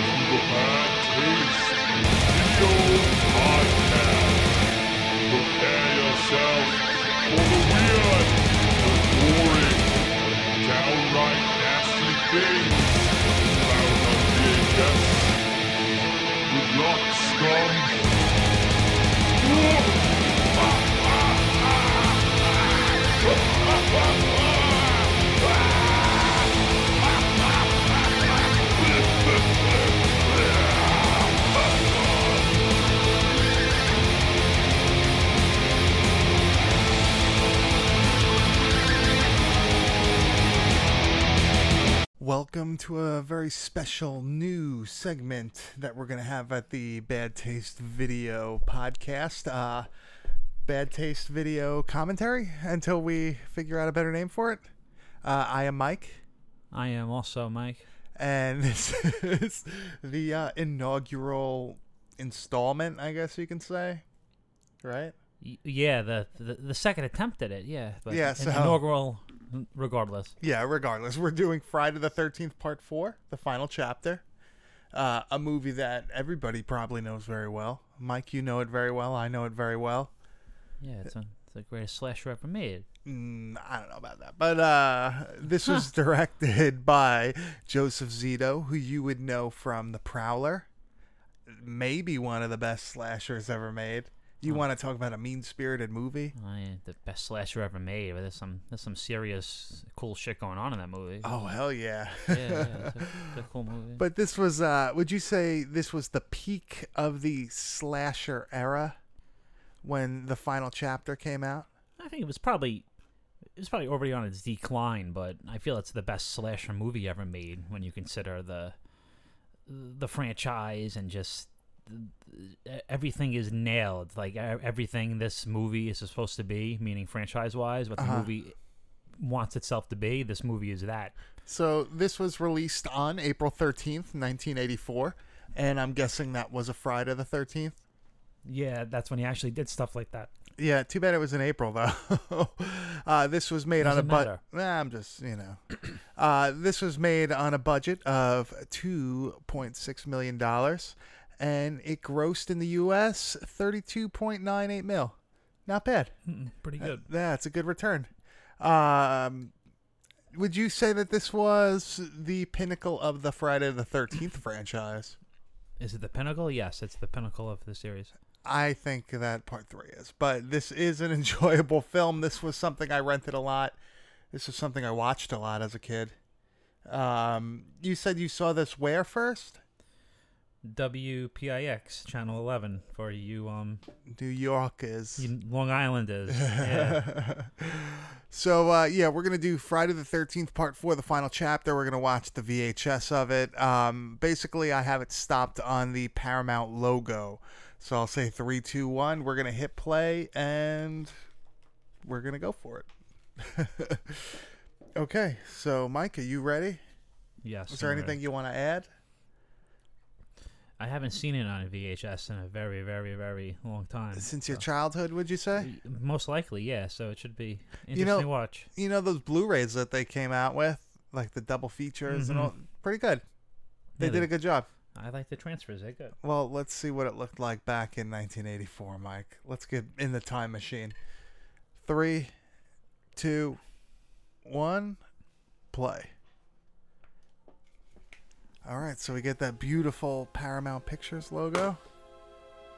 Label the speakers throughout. Speaker 1: Bad Taste in Ego Podcast. Prepare yourself for the weird, the boring, and downright nasty things found on VHS. Good luck, scum.
Speaker 2: Welcome to a very special new segment that we're going to have at the Bad Taste Video podcast. Uh, Bad Taste Video commentary until we figure out a better name for it. Uh, I am Mike,
Speaker 3: I am also Mike.
Speaker 2: and this is the uh, inaugural installment, I guess you can say. Right?
Speaker 3: Y- Yeah, the, the the second attempt at it. Yeah, but
Speaker 2: Yeah,
Speaker 3: in-
Speaker 2: so-
Speaker 3: inaugural, n- regardless.
Speaker 2: Yeah, regardless, we're doing Friday the 13th, part four, the final chapter. Uh, a movie that everybody probably knows very well. Mike, you know it very well. I know it very well.
Speaker 3: Yeah, it's, a, it's the greatest slasher ever made.
Speaker 2: Mm, I don't know about that. But uh, this was directed by Joseph Zito, who you would know from The Prowler. Maybe one of the best slashers ever made. You want to talk about a mean spirited movie?
Speaker 3: I, the best slasher ever made. But there's some there's some serious cool shit going on in that movie.
Speaker 2: Oh, hell yeah.
Speaker 3: Yeah, yeah it's, a, it's a cool movie.
Speaker 2: But this was, uh, would you say this was the peak of the slasher era when the final chapter came out?
Speaker 3: I think it was probably it was probably already on its decline, but I feel it's the best slasher movie ever made when you consider the the franchise and just everything is nailed. Like e- everything this movie is supposed to be, meaning franchise wise, what the movie wants itself to be. This movie is that.
Speaker 2: So this was released on April 13th, 1984. And I'm guessing that was a Friday the 13th.
Speaker 3: Yeah, that's when he actually did stuff like that.
Speaker 2: Yeah, too bad it was in April, though. uh, this was made on a
Speaker 3: Doesn't
Speaker 2: budget.
Speaker 3: matter.
Speaker 2: Nah, I'm just, you know. Uh, this was made on a budget of $2.6 million. And it grossed in the U.S. 32.98 mil. Not bad.
Speaker 3: Mm-hmm. Pretty good.
Speaker 2: Yeah, it's a good return. Um, would you say that this was the pinnacle of the Friday the Thirteenth franchise?
Speaker 3: Is it the pinnacle? Yes, it's the pinnacle of the series.
Speaker 2: I think that part three is, but this is an enjoyable film. This was something I rented a lot. This is something I watched a lot as a kid. Um, you said you saw this where first?
Speaker 3: WPIX channel 11 for you um
Speaker 2: New York is.
Speaker 3: you Long Islanders. Yeah.
Speaker 2: So uh, yeah, we're gonna do Friday the Thirteenth Part Four, the final chapter. We're gonna watch the VHS of it. Um, basically, I have it stopped on the Paramount logo, so I'll say three, two, one. We're gonna hit play, and we're gonna go for it. okay, so Mike, are you ready?
Speaker 3: Yes.
Speaker 2: Is there
Speaker 3: I'm ready.
Speaker 2: anything you want to add?
Speaker 3: I haven't seen it on VHS in a very, very, very long time.
Speaker 2: Since your childhood, would you say?
Speaker 3: Most likely, yeah. So it should be interesting
Speaker 2: know-
Speaker 3: to watch.
Speaker 2: You know those Blu-rays that they came out with, like the double features and all. Pretty good. They
Speaker 3: Yeah,
Speaker 2: did
Speaker 3: they-
Speaker 2: a good job.
Speaker 3: I like the transfers. They're good.
Speaker 2: Well, let's see what it looked like back in 1984, Mike. Let's get in the time machine. Three, two, one, play. All right, so we get that beautiful Paramount Pictures logo.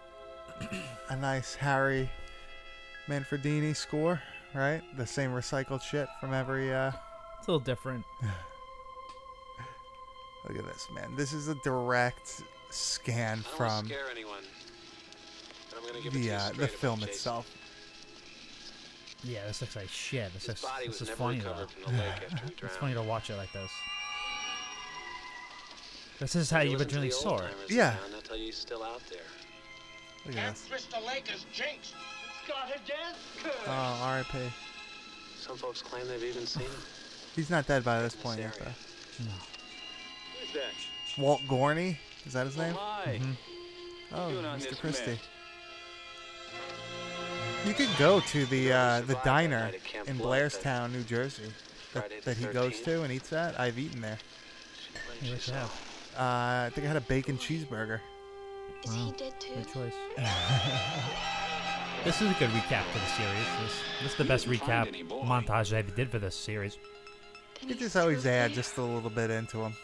Speaker 2: A nice Harry Manfredini score, right? The same recycled shit from every. Uh...
Speaker 3: It's a little different.
Speaker 2: Look at this, man. This is a direct scan
Speaker 4: I don't wanna
Speaker 2: from
Speaker 4: scare anyone, but I'm gonna give it to
Speaker 2: the
Speaker 4: you
Speaker 2: uh,
Speaker 4: straight
Speaker 2: the
Speaker 4: about
Speaker 2: film
Speaker 4: Jason.
Speaker 2: itself.
Speaker 3: Yeah, this looks like shit. This
Speaker 4: His
Speaker 3: is,
Speaker 4: body
Speaker 3: this is
Speaker 4: was never
Speaker 3: funny though.
Speaker 4: recovered from the lake after he
Speaker 3: It's funny
Speaker 4: drowned.
Speaker 3: to watch it like this. This is how you
Speaker 4: listen to
Speaker 3: originally
Speaker 4: the
Speaker 3: saw it.
Speaker 4: old-timers
Speaker 2: Yeah.
Speaker 4: now, and they'll tell you he's still out there.
Speaker 2: Look at
Speaker 5: That's
Speaker 2: this.
Speaker 5: Mr. Laker's jinx. It's got her death.
Speaker 2: Oh, RIP.
Speaker 4: Some folks claim they've even seen him.
Speaker 2: He's not dead by this
Speaker 4: in
Speaker 2: point
Speaker 4: this
Speaker 2: yet,
Speaker 4: area.
Speaker 2: though.
Speaker 5: Who's that?
Speaker 2: Walt Gorney? Is that his name?
Speaker 5: Hi.
Speaker 3: Mm-hmm.
Speaker 2: Oh,
Speaker 5: doing on
Speaker 2: Mr.
Speaker 5: this
Speaker 2: Christie.
Speaker 5: mat?
Speaker 2: You could go to the uh, the
Speaker 4: Survived that
Speaker 2: diner
Speaker 4: night at Camp
Speaker 2: in
Speaker 4: Blood, but
Speaker 2: Blairstown, New Jersey, that,
Speaker 4: Friday the
Speaker 2: that he goes
Speaker 4: 13th.
Speaker 2: to and eats at. I've eaten there.
Speaker 3: You wish to have.
Speaker 2: Uh, I think I had a bacon cheeseburger.
Speaker 6: Is he dead too?
Speaker 3: Good choice. this is a good recap for the series. This, this is the best
Speaker 7: didn't find
Speaker 3: recap
Speaker 7: any boy.
Speaker 3: montage I ever did for this series.
Speaker 6: Then
Speaker 2: You
Speaker 6: he's
Speaker 2: just always
Speaker 6: still
Speaker 2: add
Speaker 6: there.
Speaker 2: just a little bit into them.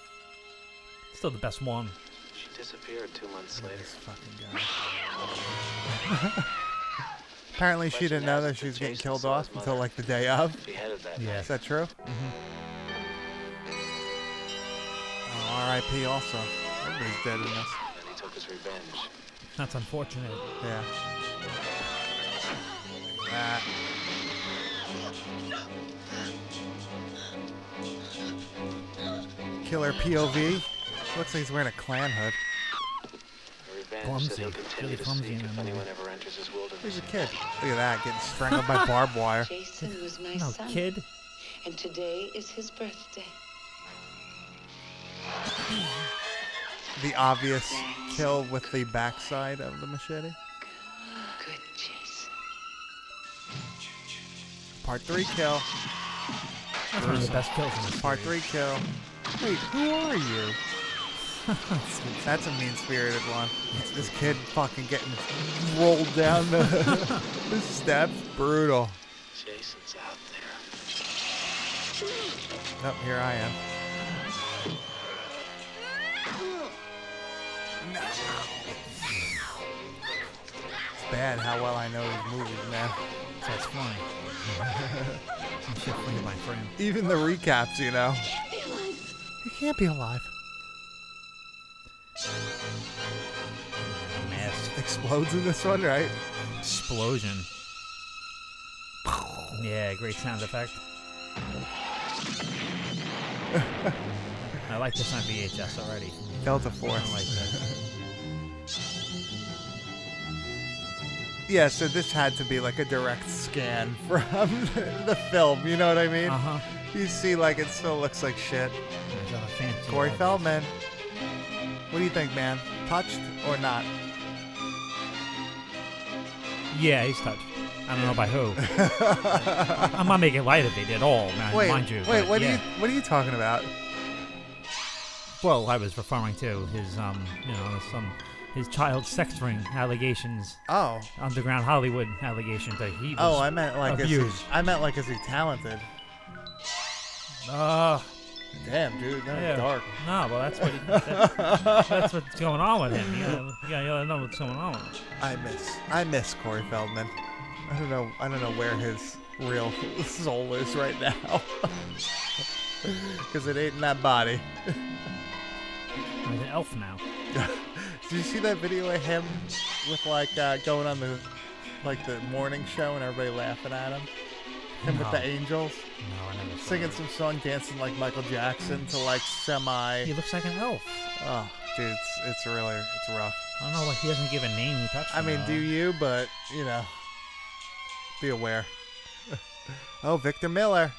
Speaker 3: Still the best one.
Speaker 4: She disappeared two months later.
Speaker 2: This fucking guy. Apparently, she didn't know that she was getting killed off until like the day of.
Speaker 4: Beheaded that
Speaker 3: Yeah.
Speaker 2: Is that true? Mm-hmm. Oh, R.I.P. Also, everybody's dead in this.
Speaker 4: night, and he took his revenge.
Speaker 3: That's unfortunate.
Speaker 2: Yeah. Ah. Killer POV. Looks like he's wearing a clan hood.
Speaker 4: A revenge
Speaker 3: Clumsy.
Speaker 4: that he'll
Speaker 3: Really
Speaker 4: continue to
Speaker 3: clumsy
Speaker 4: seek
Speaker 3: in
Speaker 4: if
Speaker 3: that movie.
Speaker 4: anyone ever enters his
Speaker 2: He's
Speaker 4: wilderness.
Speaker 2: a kid. Look at that, getting strangled by barbed wire.
Speaker 8: Jason was my
Speaker 3: No
Speaker 8: son.
Speaker 3: kid.
Speaker 8: And today is his birthday.
Speaker 2: The obvious kill with the backside of the machete.
Speaker 8: Good Jason.
Speaker 2: Part three kill.
Speaker 3: That's one of the best kills in this
Speaker 2: Part
Speaker 3: series.
Speaker 2: three kill. Wait, who are you? That's a mean spirited one. It's this kid fucking getting rolled down the, the steps. Brutal.
Speaker 4: Jason's out there.
Speaker 2: Nope, here I am. It's bad how well I know these movies now.
Speaker 3: That's funny. Some shit funny, my friend.
Speaker 2: Even the recaps, you know. You can't be alive.
Speaker 3: Mass
Speaker 2: Explodes in this one, right?
Speaker 3: explosion. Yeah, great sound effect. I like this on VHS already.
Speaker 2: Delta
Speaker 3: I
Speaker 2: Force.
Speaker 3: like that.
Speaker 2: Yeah, so this had to be like a direct scan from the, the film. You know what I mean?
Speaker 3: Uh huh.
Speaker 2: You see, like it still looks like shit.
Speaker 3: There's other fancy.
Speaker 2: Corey
Speaker 3: ones.
Speaker 2: Feldman. What do you think, man? Touched or not?
Speaker 3: Yeah, he's touched. I don't know by who. I'm not making light of it at all, man,
Speaker 2: Wait,
Speaker 3: mind you.
Speaker 2: wait.
Speaker 3: but
Speaker 2: What are
Speaker 3: yeah.
Speaker 2: you? What are you talking about?
Speaker 3: Well, I was referring to his, um, you know, some his child sex ring allegations,
Speaker 2: Oh,
Speaker 3: underground Hollywood allegations that he was
Speaker 2: oh, I meant like is he,
Speaker 3: abused.
Speaker 2: I meant like is he talented?
Speaker 3: Uh,
Speaker 2: Damn, dude, that
Speaker 3: yeah.
Speaker 2: was dark.
Speaker 3: No, well, that's what he, that, that's what's going on with him. You gotta, you gotta- you gotta know what's going on. With him.
Speaker 2: I miss I miss Corey Feldman. I don't know I don't know where his real soul is right now. Cause it ain't in that body.
Speaker 3: He's an elf now.
Speaker 2: Did you see that video of him with like uh, going on the like the morning show and everybody laughing at him? Him with
Speaker 3: No.
Speaker 2: the angels
Speaker 3: No, I never. saw
Speaker 2: singing
Speaker 3: that.
Speaker 2: some song, dancing like Michael Jackson to like semi.
Speaker 3: He looks like an elf.
Speaker 2: Oh, dude, it's, it's really it's rough.
Speaker 3: I don't know why he doesn't give a name. He touched.
Speaker 2: I
Speaker 3: him,
Speaker 2: mean,
Speaker 3: though.
Speaker 2: do you? But you know, be aware. oh, Victor Miller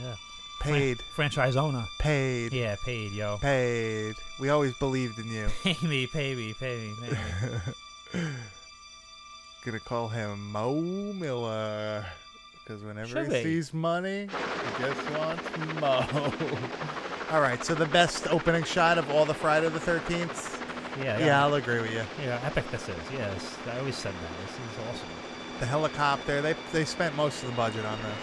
Speaker 3: Yeah. Fran-
Speaker 2: paid,
Speaker 3: franchise owner.
Speaker 2: paid,
Speaker 3: Yeah, paid, yo.
Speaker 2: paid. We always believed in you.
Speaker 3: Pay me, pay me, pay me, pay me.
Speaker 2: gonna call him Mo Miller because whenever
Speaker 3: Should
Speaker 2: he
Speaker 3: they?
Speaker 2: sees money, he just wants Mo. all right, so the best opening shot of all the Friday the Thirteenth.
Speaker 3: Yeah,
Speaker 2: Yeah,
Speaker 3: yeah,
Speaker 2: I'll agree with you.
Speaker 3: yeah. Epic this is. Yes, I always said that. This is awesome.
Speaker 2: The helicopter. They they spent most of the budget on this.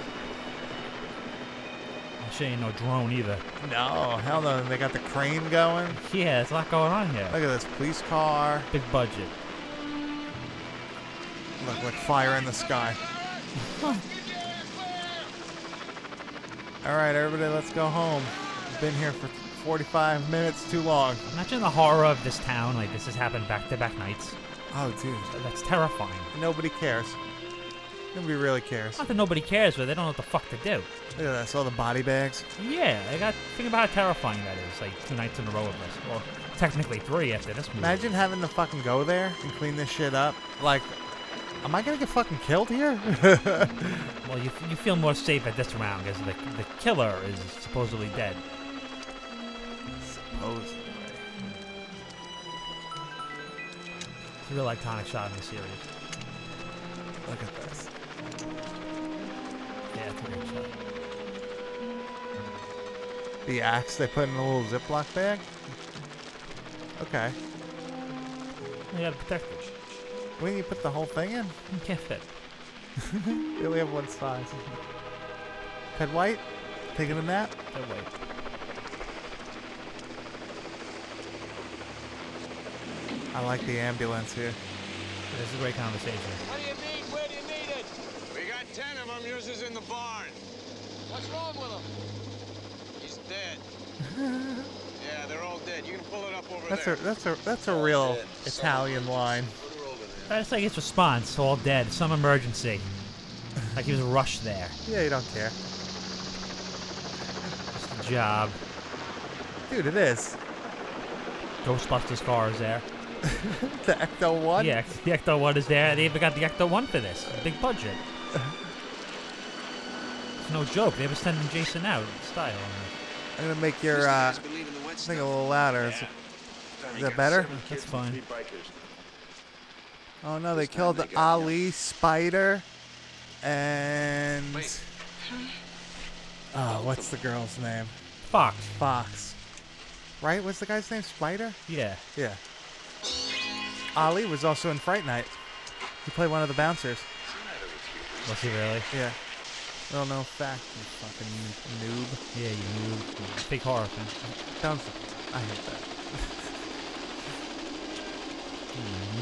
Speaker 3: I'm sure ain't no drone either.
Speaker 2: No, hell no. They got the crane going.
Speaker 3: Yeah, there's a lot going on here.
Speaker 2: Look at this police car.
Speaker 3: Big budget.
Speaker 2: Look, like fire in the sky. All right, everybody, let's go home. We've been here for 45 minutes too long.
Speaker 3: Imagine the horror of this town. Like this has happened back to back nights.
Speaker 2: Oh, dude.
Speaker 3: That's terrifying.
Speaker 2: Nobody cares. Nobody really cares.
Speaker 3: Not that nobody cares, but they don't know what the fuck to do.
Speaker 2: Look at this, all the body bags.
Speaker 3: Yeah, I got think about how terrifying that is. Like two nights in a row of this. Well, technically three after this movie.
Speaker 2: Imagine having to fucking go there and clean this shit up. Like, am I gonna get fucking killed here?
Speaker 3: Well, you, you feel more safe at this round because the the killer is supposedly dead.
Speaker 2: Supposedly.
Speaker 3: It's a real iconic shot in the series.
Speaker 2: Look at this.
Speaker 3: Yeah, it's a great shot.
Speaker 2: The axe they put in a little Ziploc bag? Okay.
Speaker 3: They gotta protect it.
Speaker 2: When you put the whole thing in?
Speaker 3: You can't fit.
Speaker 2: They only have one size. Ted White, taking a nap?
Speaker 3: That way.
Speaker 2: I like the ambulance here.
Speaker 3: This is a great conversation.
Speaker 5: What do you need? Where do you need it?
Speaker 7: We got ten of them. Yours is in the barn.
Speaker 5: What's wrong with him?
Speaker 7: He's dead. yeah, they're all dead. You can pull it up over
Speaker 2: That's
Speaker 7: there.
Speaker 2: a that's a that's a real Italian line.
Speaker 3: That's like its response. All dead. Some emergency. Like he was rushed there.
Speaker 2: Yeah, you don't care,
Speaker 3: Just a job.
Speaker 2: dude. It is
Speaker 3: Ghostbusters car is there.
Speaker 2: the Ecto One.
Speaker 3: Yeah, the Ecto One is there. They even got the Ecto One for this. Big budget. It's no joke. They were sending Jason out style.
Speaker 2: I'm gonna make your uh, thing a little louder. Is, is that better?
Speaker 3: That's fine.
Speaker 2: Oh no, they killed Ali, Spider, and oh, what's the girl's name?
Speaker 3: Fox.
Speaker 2: Fox. Right? What's the guy's name? Spider?
Speaker 3: Yeah.
Speaker 2: Yeah. Ali was also in Fright Night. He played one of the bouncers.
Speaker 3: Was he really?
Speaker 2: Yeah. Well, no fact, you fucking noob.
Speaker 3: Yeah, you moved. Big horror fan.
Speaker 2: Sounds. I hate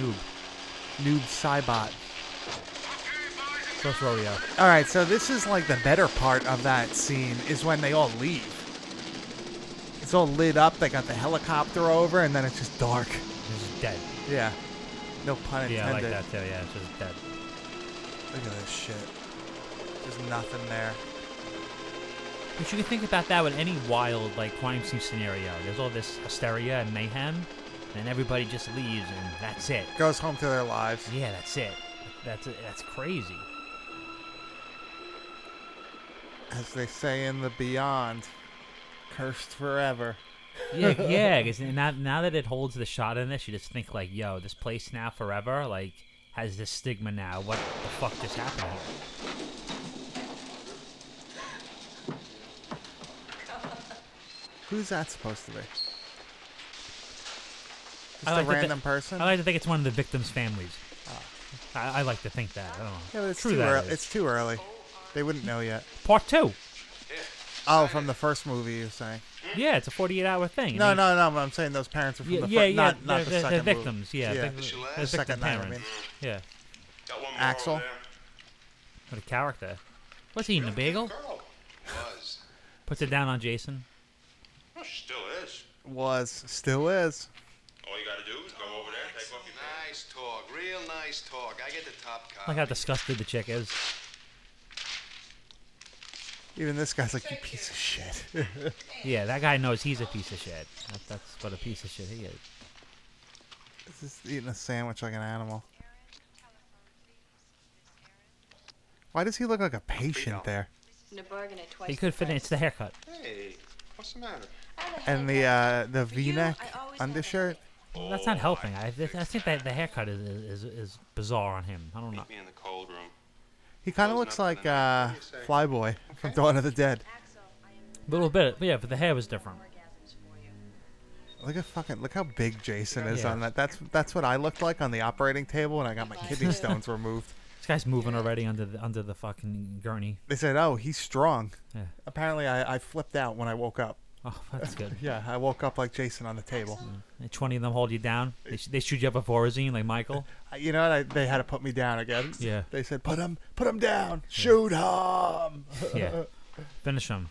Speaker 2: that.
Speaker 3: Noob.
Speaker 2: Noob Cybot.
Speaker 3: So Rorio.
Speaker 2: All right, so this is like the better part of that scene is when they all leave. It's all lit up. They got the helicopter over, and then it's just dark.
Speaker 3: He's dead.
Speaker 2: Yeah. No pun intended.
Speaker 3: Yeah, I like that too. Yeah, it's just dead.
Speaker 2: Look at this shit. There's nothing there.
Speaker 3: But you can think about that with any wild like crime scene scenario. There's all this hysteria and mayhem, and everybody just leaves, and that's it.
Speaker 2: Goes home to their lives.
Speaker 3: Yeah, that's it. That's it. That's crazy.
Speaker 2: As they say in the Beyond, cursed forever.
Speaker 3: Yeah, yeah. 'cause now, now that it holds the shot in this, you just think like, yo, this place now forever like has this stigma now. What the fuck just happened? Here?
Speaker 2: Who's that supposed to be? Just
Speaker 3: I like
Speaker 2: a
Speaker 3: to thi-
Speaker 2: random person?
Speaker 3: I like to think it's one of the victims' families. I, I like to think that. I don't know.
Speaker 2: yeah, but it's
Speaker 3: True
Speaker 2: too
Speaker 3: that
Speaker 2: early.
Speaker 3: is.
Speaker 2: It's too early. They wouldn't know yet.
Speaker 3: Part two.
Speaker 2: Oh, from the first movie you're saying?
Speaker 3: Yeah, it's a 48 hour thing.
Speaker 2: No,
Speaker 3: And
Speaker 2: no, no. But I'm saying those parents are from
Speaker 3: they- Yeah,
Speaker 2: the
Speaker 3: yeah,
Speaker 2: first,
Speaker 3: yeah.
Speaker 2: not, not
Speaker 3: they're,
Speaker 2: the
Speaker 3: they're- they're
Speaker 2: second movie.
Speaker 3: victims. Yeah,
Speaker 2: Yeah.
Speaker 3: they're- they're victim
Speaker 2: Second night, I
Speaker 3: parents. Yeah.
Speaker 7: Got one more
Speaker 2: Axel?
Speaker 7: over there.
Speaker 3: What a character. What's he eating? A bagel?
Speaker 7: Girl. Was.
Speaker 3: Puts it down on Jason.
Speaker 7: Well, she still is.
Speaker 2: Was still is.
Speaker 7: All you gotta do is go over there, take off your
Speaker 9: Nice talk, real nice talk. I get the top cop.
Speaker 3: Like how disgusted the chick is.
Speaker 2: Even this guy's like you piece of shit.
Speaker 3: Yeah, that guy knows he's a piece of shit. That, that's what a piece of shit he is.
Speaker 2: Just eating a sandwich like an animal. Why does he look like a patient there?
Speaker 6: In a bargain at twice
Speaker 3: He could fit in. It's the haircut.
Speaker 9: Hey, what's the matter?
Speaker 2: And the uh, the V-neck undershirt.
Speaker 3: That's not helping. I, I think that the haircut is, is, is bizarre on him. I don't know.
Speaker 7: Meet me in the cold room.
Speaker 2: He kind of looks like uh, Flyboy from Dawn of the Dead.
Speaker 3: A little bit. But yeah, but the hair was different.
Speaker 2: Look at fucking look how big Jason is
Speaker 3: Yeah.
Speaker 2: on that. That's that's what I looked like on the operating table when I got my kidney stones removed.
Speaker 3: This guy's moving already under the, under the fucking gurney.
Speaker 2: They said, "Oh, he's strong."
Speaker 3: Yeah.
Speaker 2: Apparently, I, I flipped out when I woke up.
Speaker 3: Oh, that's good.
Speaker 2: Yeah, I woke up like Jason on the table.
Speaker 3: And 20 of them hold you down. They, sh- they shoot you up a Vorazine like Michael.
Speaker 2: I- You know, what? I, they had to put me down again.
Speaker 3: Yeah.
Speaker 2: They said, "Put him, put him down, shoot him."
Speaker 3: Yeah. Finish him.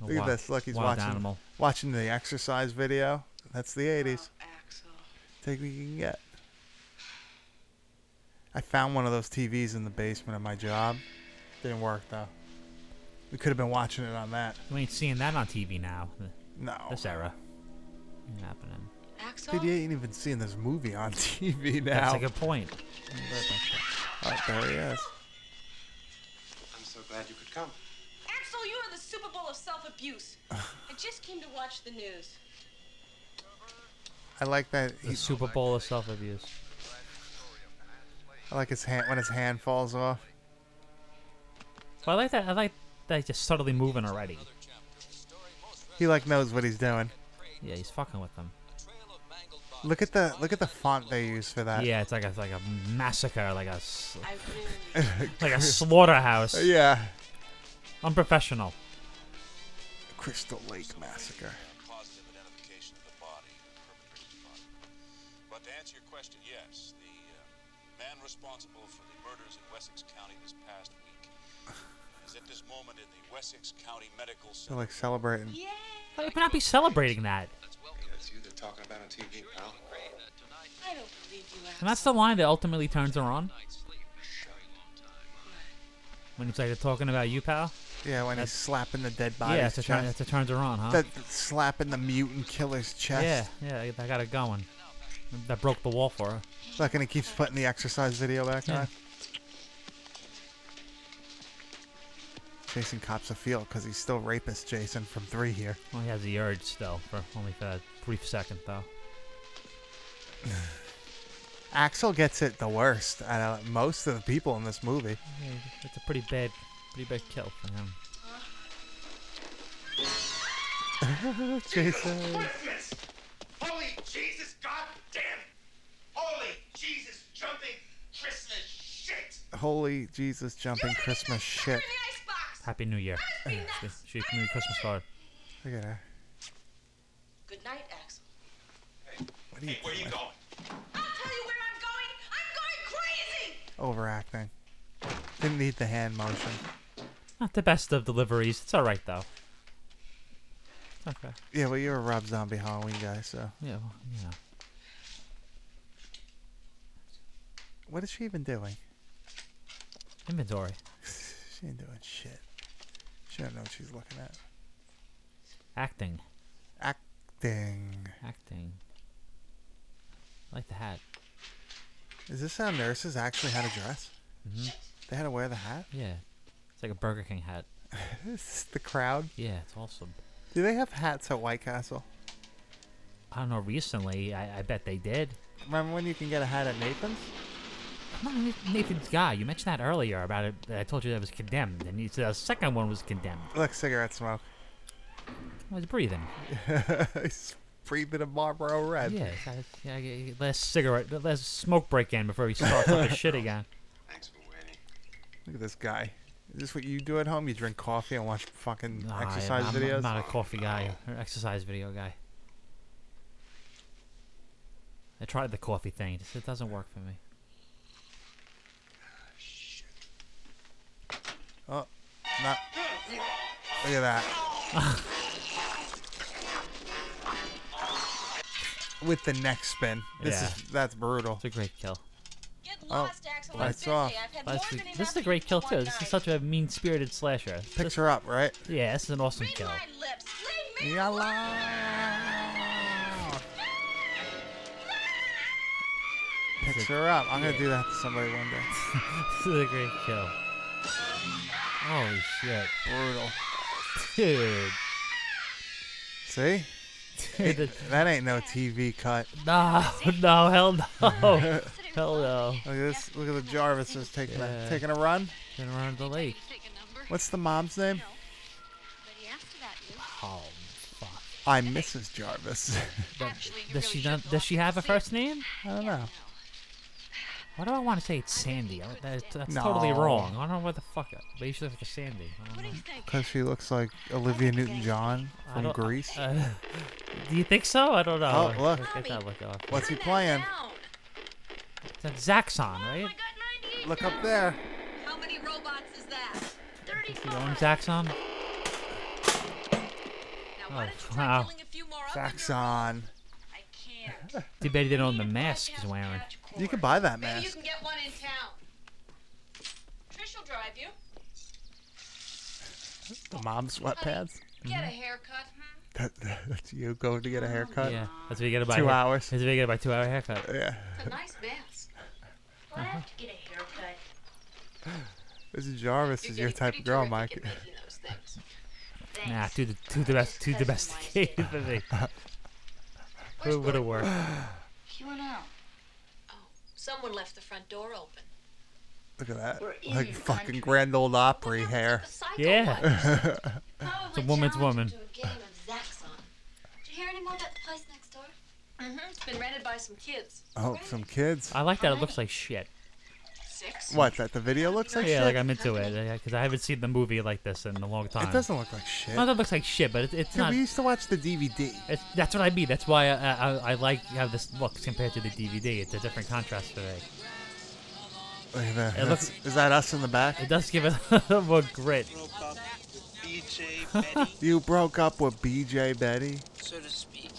Speaker 2: Look at this. Look, he's
Speaker 3: wild
Speaker 2: watching
Speaker 3: animal.
Speaker 2: watching the exercise video. That's the '80s.
Speaker 10: Oh,
Speaker 8: Axel.
Speaker 2: Take what you can get. I found one of those TVs in the basement of my job. Didn't work though. We could have been watching it on that.
Speaker 3: You ain't seeing that on TV now. th-
Speaker 2: No.
Speaker 3: This era. Ain't happening.
Speaker 8: Axel?
Speaker 2: Dude, you ain't even seeing this movie on TV now.
Speaker 3: That's a good point.
Speaker 2: Oh, there he is.
Speaker 9: I'm so glad you could come.
Speaker 10: Axel, you are the Super Bowl of self-abuse. I just came to watch the news.
Speaker 2: I like that.
Speaker 3: The
Speaker 2: He,
Speaker 3: Super Bowl of self abuse.
Speaker 2: I like his hand when his hand falls off.
Speaker 3: Well, I like that. I like that he's just subtly moving already.
Speaker 2: He like knows what he's doing.
Speaker 3: Yeah, he's fucking with them.
Speaker 2: Look at the look at the font they use for that.
Speaker 3: Yeah, it's like a like a massacre, like a s-
Speaker 10: I really
Speaker 3: like a slaughterhouse.
Speaker 2: Oh, Uh, Yeah.
Speaker 3: Unprofessional.
Speaker 2: Crystal Lake Massacre.
Speaker 11: positive identification of the body, the perpetrator's body. But to answer your question, yes, the uh, man responsible for the murders in Wessex County this past week is at this moment in the Wessex County Medical
Speaker 2: They're
Speaker 11: Center.
Speaker 2: like celebrating.
Speaker 3: How you not be celebrating that?
Speaker 9: Yeah, that's you they're talking about on TV, pal.
Speaker 10: I don't believe you, Al.
Speaker 3: And that's the line that ultimately turns her on. When he's like, they're talking about you, pal?
Speaker 2: Yeah, when he's slapping the dead body.
Speaker 3: yeah, that's what turn, that's what turns her on, huh?
Speaker 2: that slapping the mutant killer's chest.
Speaker 3: yeah, yeah, I- I got it going. That broke the wall for her.
Speaker 2: Look, and he keeps putting the exercise video back
Speaker 3: Yeah.
Speaker 2: on. Jason cops a field because he's still rapist Jason from three here.
Speaker 3: Well, he has the urge still, for only for that brief second, though.
Speaker 2: Axel gets it the worst out of most of the people in this movie.
Speaker 3: Yeah, it's a pretty bad, pretty bad kill for him.
Speaker 2: Jason.
Speaker 11: this? Holy Jesus, goddamn! Holy Jesus, jumping Christmas shit!
Speaker 2: Holy Jesus jumping Christmas shit.
Speaker 3: Happy New Year. She- She new Christmas card.
Speaker 2: Look at her.
Speaker 10: Good night, Axel.
Speaker 2: What are you
Speaker 11: Where you
Speaker 2: doing?
Speaker 11: going?
Speaker 10: I'll tell you where I'm going. I'm going crazy.
Speaker 2: Overacting. Didn't need the hand motion.
Speaker 3: Not the best of deliveries. It's all right though. It's Okay.
Speaker 2: Yeah, well, you're a Rob Zombie Halloween guy, so.
Speaker 3: Yeah. Well, you know.
Speaker 2: What is she even doing?
Speaker 3: Inventory.
Speaker 2: She ain't doing shit. She don't know what she's looking at.
Speaker 3: Acting.
Speaker 2: Acting.
Speaker 3: Acting. I like the hat.
Speaker 2: Is this how nurses actually had to dress? They had to wear the hat?
Speaker 3: Yeah. It's like a Burger King hat.
Speaker 2: This is the crowd?
Speaker 3: Yeah, it's awesome.
Speaker 2: Do they have hats at White Castle?
Speaker 3: I don't know. Recently, I, I bet they did.
Speaker 2: Remember when you can get a hat at Nathan's?
Speaker 3: Come on, Nathan- Nathan's guy. You mentioned that earlier about it. that I told you that was condemned, and you said the second one was condemned.
Speaker 2: Look, cigarette smoke.
Speaker 3: I was breathing.
Speaker 2: He's breathing a Marlboro Red.
Speaker 3: Yeah, it's- I- yeah, I- I- last cigarette, the last smoke break in before he starts up his shit again.
Speaker 9: Thanks for waiting.
Speaker 2: Look at this guy. Is this what you do at home? You drink coffee and watch fucking
Speaker 3: Nah, I-
Speaker 2: exercise
Speaker 3: I'm,
Speaker 2: videos?
Speaker 3: I'm not a coffee guy or exercise video guy. I tried the coffee thing; it, just, it doesn't work for me.
Speaker 2: Oh, not. Look at that. With the neck spin. This
Speaker 3: Yeah.
Speaker 2: is that's brutal.
Speaker 3: It's a great kill.
Speaker 10: Get lost, Axel. I'm
Speaker 2: Oh, lights
Speaker 10: busy.
Speaker 2: off.
Speaker 10: I've
Speaker 3: Last
Speaker 10: had more
Speaker 3: week-
Speaker 10: than
Speaker 3: This
Speaker 10: enough
Speaker 3: is a great kill
Speaker 10: for
Speaker 3: too.
Speaker 10: one
Speaker 3: This is
Speaker 10: night.
Speaker 3: such a mean-spirited slasher.
Speaker 2: Picks her up, right?
Speaker 3: Yeah, this is an awesome
Speaker 10: Read
Speaker 3: kill.
Speaker 10: my lips. Leave me
Speaker 2: Yalla. Picks her up. I'm gonna do that to somebody one day.
Speaker 3: This is a great kill. Holy shit,
Speaker 2: Brutal.
Speaker 3: dude!
Speaker 2: See?
Speaker 3: Dude, it-
Speaker 2: That ain't no TV cut.
Speaker 3: no, no, hell no, hell no.
Speaker 2: Look at this. Look at the Jarvis is taking
Speaker 3: Yeah.
Speaker 2: a taking a run.
Speaker 3: Been around the lake.
Speaker 2: What's the mom's name?
Speaker 3: Oh, fuck.
Speaker 2: I'm Mrs. Jarvis.
Speaker 3: That- does she not, does she have a first name?
Speaker 2: I don't know.
Speaker 3: Why do I want to say it's Sandy? I- That, that's totally
Speaker 2: No.
Speaker 3: wrong. I don't know what the fuck. They should have to Sandy. I don't know.
Speaker 2: Because she looks like Olivia Newton-John
Speaker 3: I
Speaker 2: from
Speaker 3: don't-
Speaker 2: Greece.
Speaker 3: Uh, do you think so? I don't know.
Speaker 2: Oh, look.
Speaker 3: Let's Get that look up.
Speaker 2: What's he playing?
Speaker 3: That's Zaxxon,
Speaker 10: Oh
Speaker 3: right?
Speaker 2: Look up there.
Speaker 10: How many robots is that?
Speaker 3: You own Zaxxon?
Speaker 10: Now, why
Speaker 3: Oh,
Speaker 10: don't you try
Speaker 3: wow.
Speaker 10: filling a few more up in your-
Speaker 2: Saxon.
Speaker 10: I can't.
Speaker 3: Too bad he didn't own the mask he's wearing.
Speaker 2: You could buy that
Speaker 10: Maybe you
Speaker 2: mask.
Speaker 10: can get one in town. Trish will drive you.
Speaker 2: The mom sweatpants.
Speaker 10: Get a
Speaker 3: Mm-hmm.
Speaker 10: haircut. Hmm?
Speaker 2: That, that's you going to get a haircut.
Speaker 3: Yeah, that's what you get about
Speaker 2: Uh, Two hours.
Speaker 3: That's what you get about two hour haircut.
Speaker 2: Yeah.
Speaker 10: A nice mask.
Speaker 6: Well, I have to get a haircut.
Speaker 2: Mrs. Jarvis is your type of girl, Mike.
Speaker 3: Nah, too d- too domest- too domesticated for me. It would have worked.
Speaker 6: You went out.
Speaker 10: Someone left the front door open.
Speaker 2: Look at that.
Speaker 6: We're in
Speaker 2: Like
Speaker 6: your
Speaker 2: fucking
Speaker 6: country.
Speaker 2: Grand Ole Opry hair. Oh,
Speaker 3: Yeah.
Speaker 6: It's Oh,
Speaker 3: a woman's woman.
Speaker 6: To a game of Zaxxon.
Speaker 12: that place next door? Mm-hmm. It's been rented by some kids.
Speaker 2: Oh, some kids.
Speaker 3: I like that it looks like shit.
Speaker 12: Six.
Speaker 2: What? That the video looks like?
Speaker 3: yeah,
Speaker 2: shit?
Speaker 3: like I'm into it because I haven't seen the movie like this in a long time.
Speaker 2: It doesn't look like shit.
Speaker 3: No, that looks like shit, but it, it's
Speaker 2: Dude,
Speaker 3: not.
Speaker 2: we used to watch the DVD.
Speaker 3: It's, that's what I mean. That's why I, I, I like how this looks compared to the DVD. It's a different contrast today.
Speaker 2: Look at that.
Speaker 3: It looks-
Speaker 2: That's- is that us in the back?
Speaker 3: It does give it a little more grit.
Speaker 2: you broke up with BJ Betty.
Speaker 13: So to speak.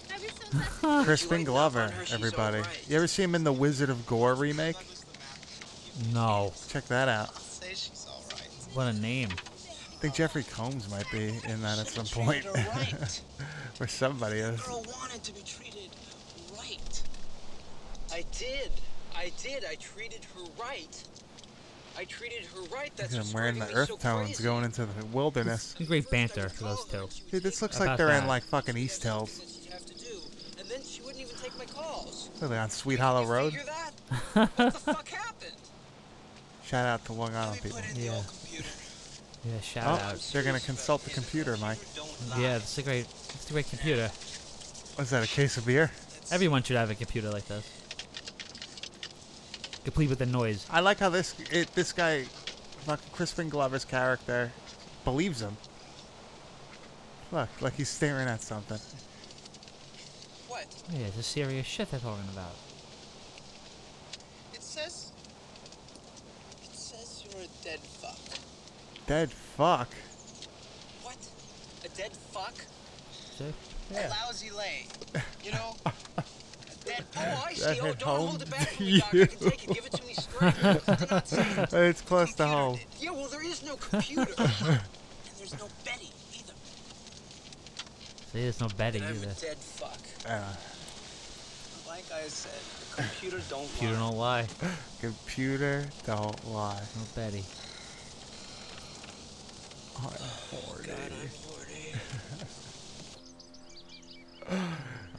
Speaker 2: Crispin Glover, everybody. You ever see him in the Wizard of Gore remake?
Speaker 3: No.
Speaker 2: Check that out.
Speaker 13: Say she's all right.
Speaker 3: What a name.
Speaker 2: I think Jeffrey Combs might be in that at some point.
Speaker 13: Treated her right.
Speaker 2: or somebody is.
Speaker 13: Girl wanted to be treated right. I did. I did. I treated her right. I treated her right.
Speaker 2: Look
Speaker 13: That's
Speaker 2: at
Speaker 13: what's
Speaker 2: him wearing the
Speaker 13: driving me
Speaker 2: earth
Speaker 13: so
Speaker 2: tones
Speaker 13: crazy.
Speaker 2: going into the wilderness.
Speaker 3: Great banter for those two.
Speaker 2: Dude, this looks
Speaker 3: About
Speaker 2: like they're in
Speaker 3: that.
Speaker 2: like fucking East Hills.
Speaker 13: And then she wouldn't even take my calls.
Speaker 2: Look, they're on Sweet Hollow Road.
Speaker 13: Figure that? what the fuck happened?
Speaker 2: Shout out to Long Island people.
Speaker 3: Yeah. Yeah, shout
Speaker 2: Oh,
Speaker 3: out.
Speaker 2: they're gonna consult the computer, Mike.
Speaker 3: Yeah, it's a great, it's a great computer.
Speaker 2: Was that a case of beer?
Speaker 3: Everyone should have a computer like this, complete with the noise.
Speaker 2: I like how this it, this guy, fucking Crispin Glover's character, believes him. Look, like he's staring at something.
Speaker 13: What?
Speaker 3: Yeah, it's a serious shit they're talking about.
Speaker 13: It says. It says you're a dead fuck.
Speaker 2: Dead fuck.
Speaker 13: What? A dead fuck? A lousy lay. You know? A dead. Oh, I
Speaker 2: That
Speaker 13: see. Oh,
Speaker 2: hit
Speaker 13: don't
Speaker 2: home
Speaker 13: hold it back
Speaker 2: to
Speaker 13: for me, dog. I can take it. Give it to me straight. Did not say it.
Speaker 2: it's close to home.
Speaker 13: Yeah, well, there is no computer. and there's no Betty either.
Speaker 3: See, there's no Betty
Speaker 13: And I'm
Speaker 3: either.
Speaker 13: a dead fuck.
Speaker 2: Uh,
Speaker 13: Like I said, the computer don't
Speaker 3: Computer don't lie.
Speaker 2: computer, don't lie.
Speaker 3: No Betty.
Speaker 2: I'm horny.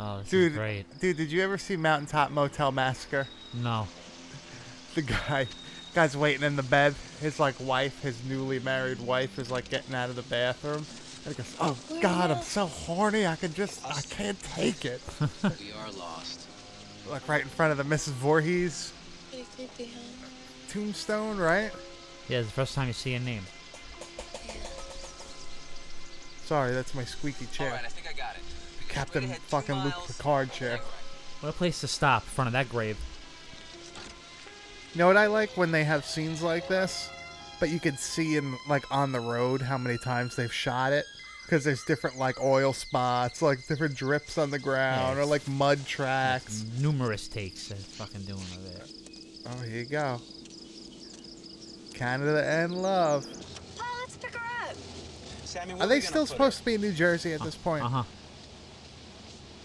Speaker 3: Oh, this
Speaker 2: Dude,
Speaker 3: is great.
Speaker 2: dude, did you ever see Mountaintop Motel Massacre?
Speaker 3: No.
Speaker 2: The guy, guy's waiting in the bed. His like wife, his newly married wife, is like getting out of the bathroom. And he goes, "Oh God, I'm so horny. I can just, I can't take it."
Speaker 4: we are lost.
Speaker 2: like right in front of the Mrs. Voorhees tombstone, right?
Speaker 3: Yeah, it's the first time you see a name.
Speaker 2: Sorry, that's my squeaky chair.
Speaker 13: I think I got it.
Speaker 2: Captain fucking Luke Picard chair.
Speaker 3: What a place to stop in front of that grave.
Speaker 2: You know what I like when they have scenes like this, but you can see in like on the road how many times they've shot it because there's different like oil spots, like different drips on the ground, or
Speaker 3: Yes.
Speaker 2: like mud tracks.
Speaker 3: Numerous takes they're fucking doing over there.
Speaker 2: Oh, here you go. Canada and love.
Speaker 12: Paul, Oh, let's pick her up.
Speaker 13: Sammy,
Speaker 2: Are they still supposed to be in New Jersey at this point?
Speaker 3: Uh huh.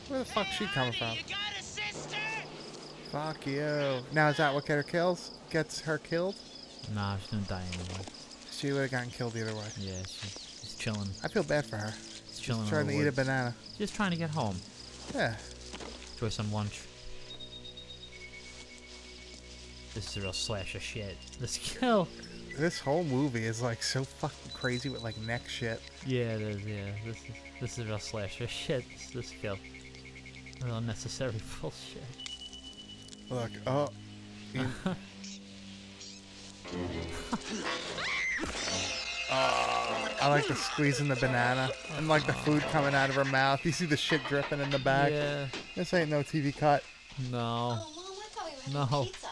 Speaker 2: Where the fuck's she coming from? Fuck you. Now is that what get her kills? Gets her killed?
Speaker 3: Nah, she's gonna die anyway.
Speaker 2: She would have gotten killed either way.
Speaker 3: Yeah, she, she's chilling.
Speaker 2: I feel bad for her.
Speaker 3: She's chilling. in
Speaker 2: trying
Speaker 3: the
Speaker 2: to eat a
Speaker 3: woods.
Speaker 2: banana.
Speaker 3: Just trying to get home.
Speaker 2: Yeah.
Speaker 3: Enjoy some lunch. This is a real slash of shit. This kill.
Speaker 2: This whole movie is like so fucking crazy with like neck shit.
Speaker 3: Yeah, it is, yeah. This is this is real slasher shit. This, this kill. Real unnecessary bullshit.
Speaker 2: Look, oh. you- Oh, I like the squeezing the banana and like the food coming out of her mouth. You see the shit dripping in the back.
Speaker 3: Yeah.
Speaker 2: This ain't no TV cut.
Speaker 3: No.
Speaker 12: Oh, Mom, I thought we were having
Speaker 3: No.
Speaker 12: pizza.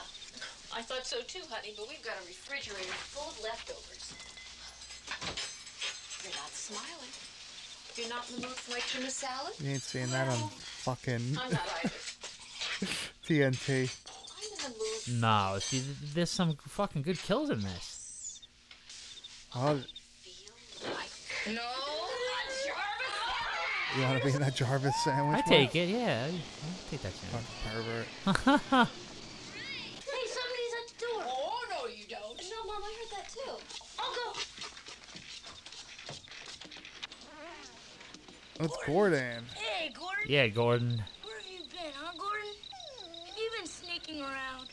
Speaker 12: I thought so too, honey, but we've got a refrigerator full of leftovers. You're not smiling. You're not in the mood for my tuna salad?
Speaker 2: You ain't seeing that on fucking
Speaker 12: I'm not either.
Speaker 2: TNT.
Speaker 12: I'm in the mood.
Speaker 3: No, see, th- there's some fucking good kills in this.
Speaker 2: Oh,
Speaker 12: No.
Speaker 2: you want to be in that Jarvis sandwich?
Speaker 3: I
Speaker 2: Mike?
Speaker 3: take it, yeah. I take that chance.
Speaker 2: Pervert.
Speaker 12: Hey, somebody's at the door. Oh, no, you don't. No, Mom, I heard that too. I'll go.
Speaker 2: It's Gordon.
Speaker 14: Hey, Gordon.
Speaker 3: Yeah, Gordon.
Speaker 14: Where have you been, huh, Gordon? Have you been sneaking around?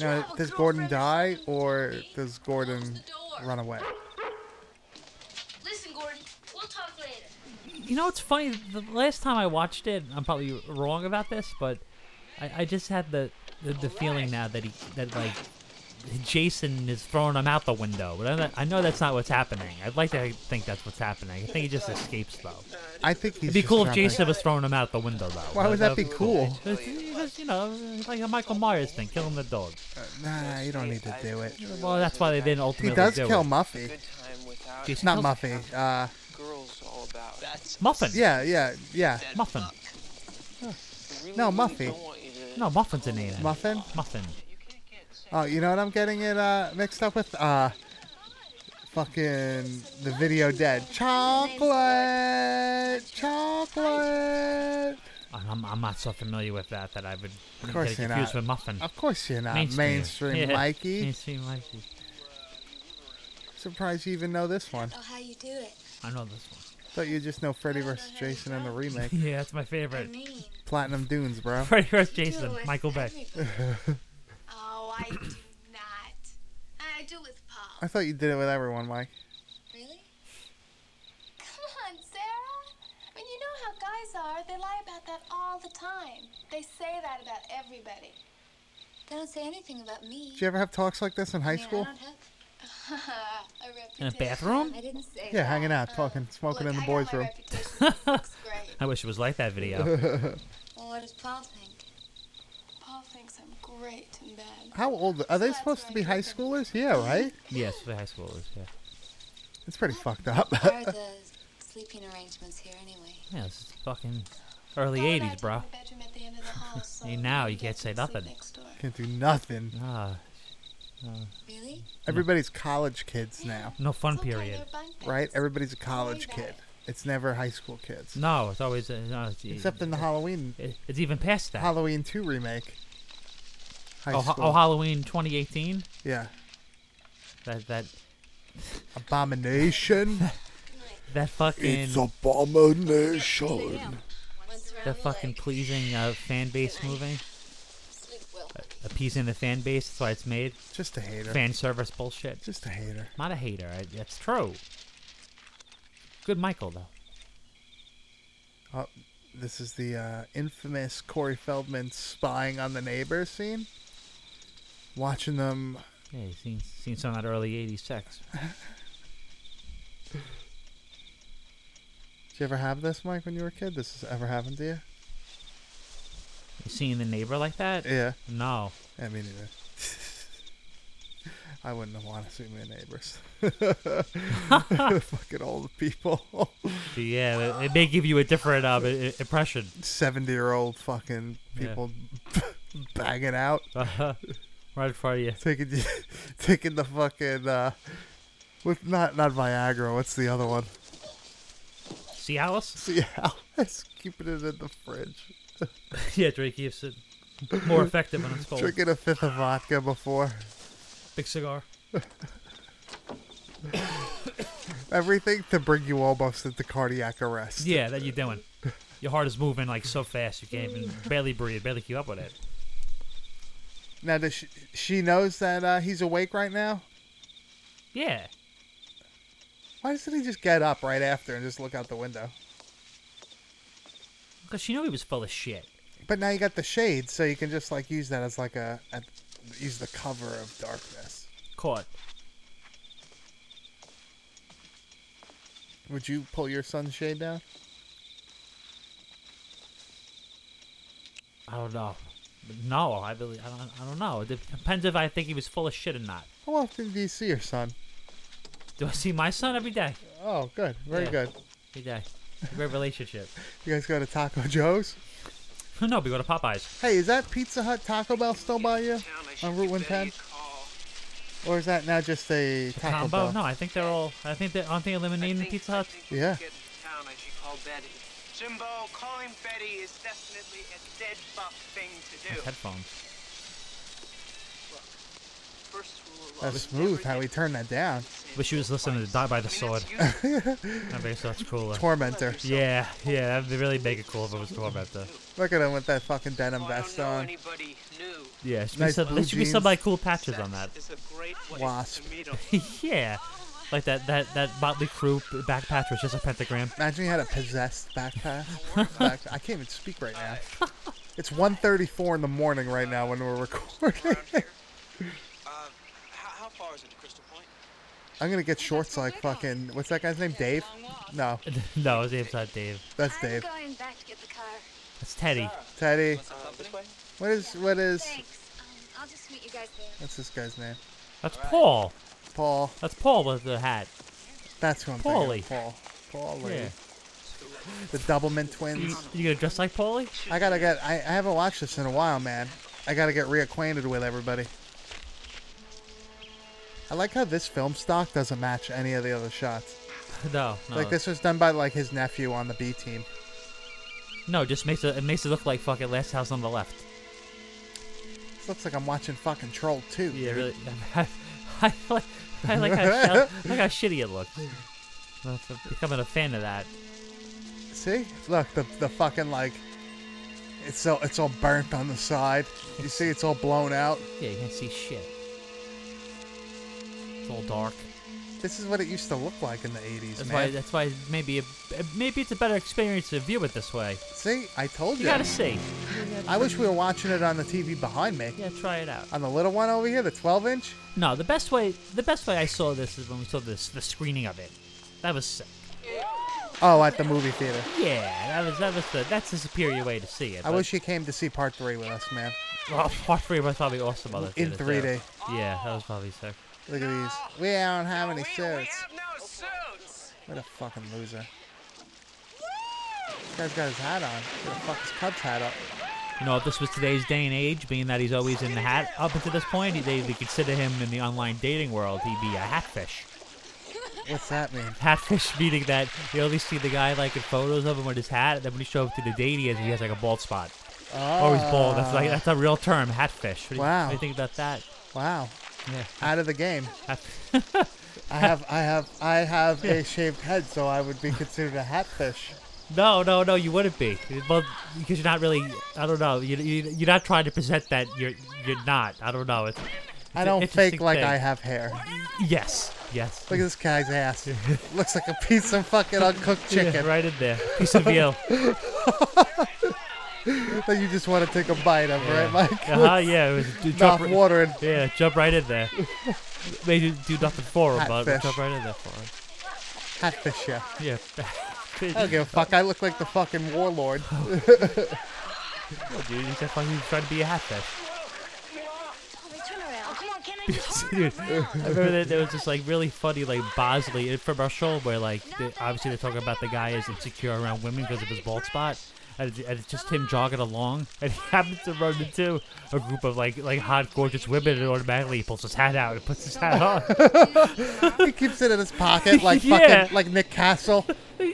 Speaker 2: Now, does Gordon die or does Gordon run away?
Speaker 12: Listen, Gordon, we'll talk later.
Speaker 3: You know, it's funny. The last time I watched it, I'm probably wrong about this, but I, I just had the the, the feeling now that he that like Jason is throwing him out the window. But I, know- I know that's not what's happening. I'd like to think that's what's happening. I think he just escapes though.
Speaker 2: I think he's
Speaker 3: It'd be
Speaker 2: just
Speaker 3: cool if
Speaker 2: trying to-
Speaker 3: Jason was throwing him out the window though.
Speaker 2: Why would that be
Speaker 3: That'd
Speaker 2: cool?
Speaker 3: Just- just, you know, like a Michael Myers thing, killing the dog.
Speaker 2: Nah, you don't need to do it.
Speaker 3: Well, that's why they didn't
Speaker 2: He
Speaker 3: ultimately.
Speaker 2: does
Speaker 3: do
Speaker 2: kill
Speaker 3: it.
Speaker 2: Muffy.
Speaker 3: Jason
Speaker 2: Not
Speaker 3: kills-
Speaker 2: Muffy. Uh,
Speaker 13: Girls all about. That's
Speaker 3: Muffin.
Speaker 2: Yeah, yeah, yeah.
Speaker 3: Muffin.
Speaker 2: No, Muffy.
Speaker 3: No, Muffin's a name.
Speaker 2: Muffin?
Speaker 3: Muffin.
Speaker 2: Oh, you know what I'm getting it uh, mixed up with? Uh, fucking the video dead. Chocolate! Chocolate!
Speaker 3: I'm, I'm, I'm not so familiar with that that I would
Speaker 2: Of
Speaker 3: get it
Speaker 2: course you're not.
Speaker 3: confused with Muffin.
Speaker 2: Of course you're not. Mainstream,
Speaker 3: Yeah.
Speaker 2: Mikey.
Speaker 3: Mainstream Mikey.
Speaker 2: Surprised you even know this one.
Speaker 14: Oh, how you do it?
Speaker 3: I know this one.
Speaker 2: Thought you just know Freddy vs. Jason and the remake.
Speaker 3: Yeah, that's my favorite.
Speaker 2: Platinum Dunes, bro.
Speaker 3: Freddy vs. Jason, Michael Bay.
Speaker 14: Oh, I do not. I do with Paul.
Speaker 2: I thought you did it with everyone, Mike.
Speaker 14: Really? Come on, Sarah. I mean, you know how guys are. They lie about that all the time. They say that about everybody. They don't say anything about me.
Speaker 2: Did you ever have talks like this in high school?
Speaker 3: In a bathroom?
Speaker 14: I didn't say
Speaker 2: Yeah, hanging out, talking, smoking in the boys' room.
Speaker 3: I wish it was like that video.
Speaker 14: Well, what does Paul think? Paul thinks I'm great and bad.
Speaker 2: How old are they supposed to be? High schoolers? Yeah, right.
Speaker 3: yes, the high schoolers. Yeah.
Speaker 2: It's pretty fucked up.
Speaker 14: Why are the sleeping arrangements here anyway?
Speaker 3: Yeah, this is fucking early '80s, bro.
Speaker 14: Bedroom at the end of the hall. So
Speaker 3: And now you can't say nothing.
Speaker 2: Can't do nothing.
Speaker 3: Ah.
Speaker 14: Really?
Speaker 2: Everybody's college kids now.
Speaker 3: No fun period.
Speaker 2: Right? Everybody's a college kid. It's never high school kids.
Speaker 3: No, it's always uh, no, it's,
Speaker 2: Except in the Halloween.
Speaker 3: It's even past that.
Speaker 2: Halloween 2 remake. High
Speaker 3: oh, ha-
Speaker 2: school.
Speaker 3: oh, Halloween 2018.
Speaker 2: Yeah.
Speaker 3: That that
Speaker 2: Abomination.
Speaker 3: that fucking
Speaker 2: it's abomination.
Speaker 3: that fucking pleasing uh, fan base movie. Appeasing the fan base. That's why it's made.
Speaker 2: Just a hater.
Speaker 3: Fan service bullshit.
Speaker 2: Just a hater.
Speaker 3: Not a hater. I, that's true. Good Michael though.
Speaker 2: Oh, this is the uh, infamous Corey Feldman spying on the neighbors scene. Watching them.
Speaker 3: Yeah, you seen seen some of that early '80s sex.
Speaker 2: Did you ever have this, Mike, when you were a kid? This has ever happened to you?
Speaker 3: You seen the neighbor like that?
Speaker 2: Yeah.
Speaker 3: No.
Speaker 2: Yeah, me neither. I wouldn't want to see my neighbors. Fucking old people.
Speaker 3: Yeah, it, it may give you a different uh, i- i- impression.
Speaker 2: 70 year old fucking
Speaker 3: Yeah.
Speaker 2: people banging out.
Speaker 3: right in front of you.
Speaker 2: Taking, taking the fucking. Uh, with not not Viagra. What's the other one?
Speaker 3: See Alice?
Speaker 2: Yeah, let's keep it in the fridge.
Speaker 3: yeah, Drake keeps it more effective when it's cold.
Speaker 2: Drinking a fifth of vodka before
Speaker 3: Big cigar.
Speaker 2: everything to bring you almost into cardiac arrest.
Speaker 3: Yeah, that you're doing. Your heart is moving like so fast you can't even barely breathe, barely keep up with it.
Speaker 2: Now does she, she knows that uh, he's awake right now?
Speaker 3: Yeah.
Speaker 2: Why doesn't he just get up right after and just look out the window?
Speaker 3: Because she knew he was full of shit.
Speaker 2: But now you got the shade, so you can just like use that as like a, a use the cover of darkness.
Speaker 3: Caught.
Speaker 2: Would you pull your sun's shade down?
Speaker 3: I don't know. No, I really, I don't, I don't know. It depends if I think he was full of shit or not.
Speaker 2: How often do you see your son?
Speaker 3: Do I see my son every day?
Speaker 2: Oh, good, very
Speaker 3: Yeah.
Speaker 2: good.
Speaker 3: Every day. Great relationship.
Speaker 2: You guys go to Taco Joe's?
Speaker 3: no, we go to Popeyes.
Speaker 2: Hey, is that Pizza Hut Taco Bell still by you on Route 110? Or is that now just a Taco
Speaker 3: Combo?
Speaker 2: Bell?
Speaker 3: No, I think they're all. I think they aren't they eliminating the Pizza Hut?
Speaker 2: Yeah.
Speaker 13: Get to town, I should call Betty. Jimbo, calling Betty is definitely a dead buff thing to do.
Speaker 3: His headphones.
Speaker 13: First rule of
Speaker 2: That's smooth how he turned that down.
Speaker 3: Wish he was listening to Die by the Sword. I think that's cooler.
Speaker 2: Tormentor.
Speaker 3: Yeah, yeah, that'd be really make it cool if it was Tormentor.
Speaker 2: Look at him with that fucking denim vest on.
Speaker 3: Yeah, it should be
Speaker 2: Nice
Speaker 3: some,
Speaker 2: blue
Speaker 3: there should be
Speaker 2: jeans.
Speaker 3: some like cool patches on that.
Speaker 2: Wasp.
Speaker 3: yeah, Like that that that Motley Crue backpack was just a pentagram.
Speaker 2: Imagine you had a possessed backpack. Back- I can't even speak right now. It's 1.34 in the morning right now when we're recording.
Speaker 11: Uh, How far is it to Crystal Point?
Speaker 2: I'm gonna get shorts like fucking what's that guy's name? Dave? No,
Speaker 3: no, his name's not Dave.
Speaker 2: that's Dave.
Speaker 14: I'm going back to get the car.
Speaker 3: That's Teddy.
Speaker 2: Teddy. What is what is
Speaker 14: Thanks. Um, I'll just meet you guys there.
Speaker 2: what's this guy's name?
Speaker 3: That's Paul.
Speaker 2: Paul.
Speaker 3: That's Paul with the hat.
Speaker 2: That's who I'm thinking.
Speaker 3: Paulie.
Speaker 2: of, Paul. Paulie.
Speaker 3: Yeah.
Speaker 2: The Doublemint twins.
Speaker 3: You gonna dress like Paulie?
Speaker 2: I gotta get. I, I haven't watched this in a while, man. I gotta get reacquainted with everybody. I like how this film stock doesn't match any of the other shots.
Speaker 3: No, no.
Speaker 2: Like this was done by like his nephew on the B team.
Speaker 3: No, just makes it, it makes it look like fucking Last House on the Left.
Speaker 2: This looks like I'm watching fucking Troll 2.
Speaker 3: Yeah, really. I, like I like how, shell- I like how shitty it looked. I'm f- becoming a fan of that.
Speaker 2: See? Look, the the fucking like it's all it's all burnt on the side. You see it's all blown out.
Speaker 3: Yeah, you can't see shit. It's all dark.
Speaker 2: This is what it used to look like in the 80s,
Speaker 3: That's why.
Speaker 2: man.
Speaker 3: That's why maybe it, maybe it's a better experience to view it this way.
Speaker 2: See, I told
Speaker 3: You
Speaker 2: you.
Speaker 3: gotta see.
Speaker 2: I wish we were watching it on the TV behind me.
Speaker 3: Yeah, try it out.
Speaker 2: On the little one over here, the 12 inch.
Speaker 3: No, the best way the best way I saw this is when we saw this the screening of it. That was sick.
Speaker 2: Oh, at the movie theater.
Speaker 3: Yeah, that was that was the that's the superior way to see it.
Speaker 2: I
Speaker 3: but-
Speaker 2: wish you came to see part three with us, man.
Speaker 3: Well, part three was probably awesome. by the
Speaker 2: In
Speaker 3: theater,
Speaker 2: 3D.
Speaker 3: too. Yeah, that was probably sick.
Speaker 2: Look at these. We don't have any suits.
Speaker 5: No suits!
Speaker 2: What a fucking loser. This guy's got his hat on. What the fuck his Cubs hat up?
Speaker 3: You know, if this was today's day and age, being that he's always in the hat up until this point, they, they consider him in the online dating world, he'd be a hatfish.
Speaker 2: What's that mean?
Speaker 3: Hatfish meaning that you only see the guy like in photos of him with his hat, and then when you show up to the date he has, he has like a bald spot. Oh, he's bald. That's like
Speaker 2: Ah.
Speaker 3: that's a real term, hatfish. What do you-
Speaker 2: Wow.
Speaker 3: What do you think about that?
Speaker 2: Wow.
Speaker 3: Yeah.
Speaker 2: Out of the game.
Speaker 3: Hat-
Speaker 2: I have I have I have a shaved head, so I would be considered a hatfish.
Speaker 3: No, no, no, you wouldn't be. Well, because you're not really. I don't know. You, you you're not trying to present that you're you're not. I don't know. It's, it's
Speaker 2: I
Speaker 3: an
Speaker 2: don't
Speaker 3: interesting
Speaker 2: fake like
Speaker 3: thing.
Speaker 2: I have hair.
Speaker 3: Yes, yes.
Speaker 2: Look at this guy's ass. Looks like a piece of fucking uncooked
Speaker 3: Yeah,
Speaker 2: chicken.
Speaker 3: right in there. Piece of veal.
Speaker 2: that you just want to take a bite of, right, Mike?
Speaker 3: Uh-huh, yeah, it was, d-
Speaker 2: Mouth
Speaker 3: jump ri-
Speaker 2: watering.
Speaker 3: Yeah, jump right in there. They do, do nothing for him, but
Speaker 2: Catfish.
Speaker 3: jump right in there for him.
Speaker 2: Hatfish, yeah.
Speaker 3: Yeah.
Speaker 2: I don't give a fuck. I look like the fucking warlord.
Speaker 3: Oh, dude, he's definitely trying to be a hatfish.
Speaker 6: Tommy, turn around. Oh, come on, can
Speaker 3: dude, I remember that there was this like really funny like Bosley from our show where like they, obviously they're talking about the guy is insecure around women because of his bald spot. And it's, and it's just him jogging along, and he happens to run into a group of like like hot, gorgeous women, and automatically he pulls his hat out and puts his hat on.
Speaker 2: he keeps it in his pocket like fucking
Speaker 3: Yeah.
Speaker 2: like Nick Castle.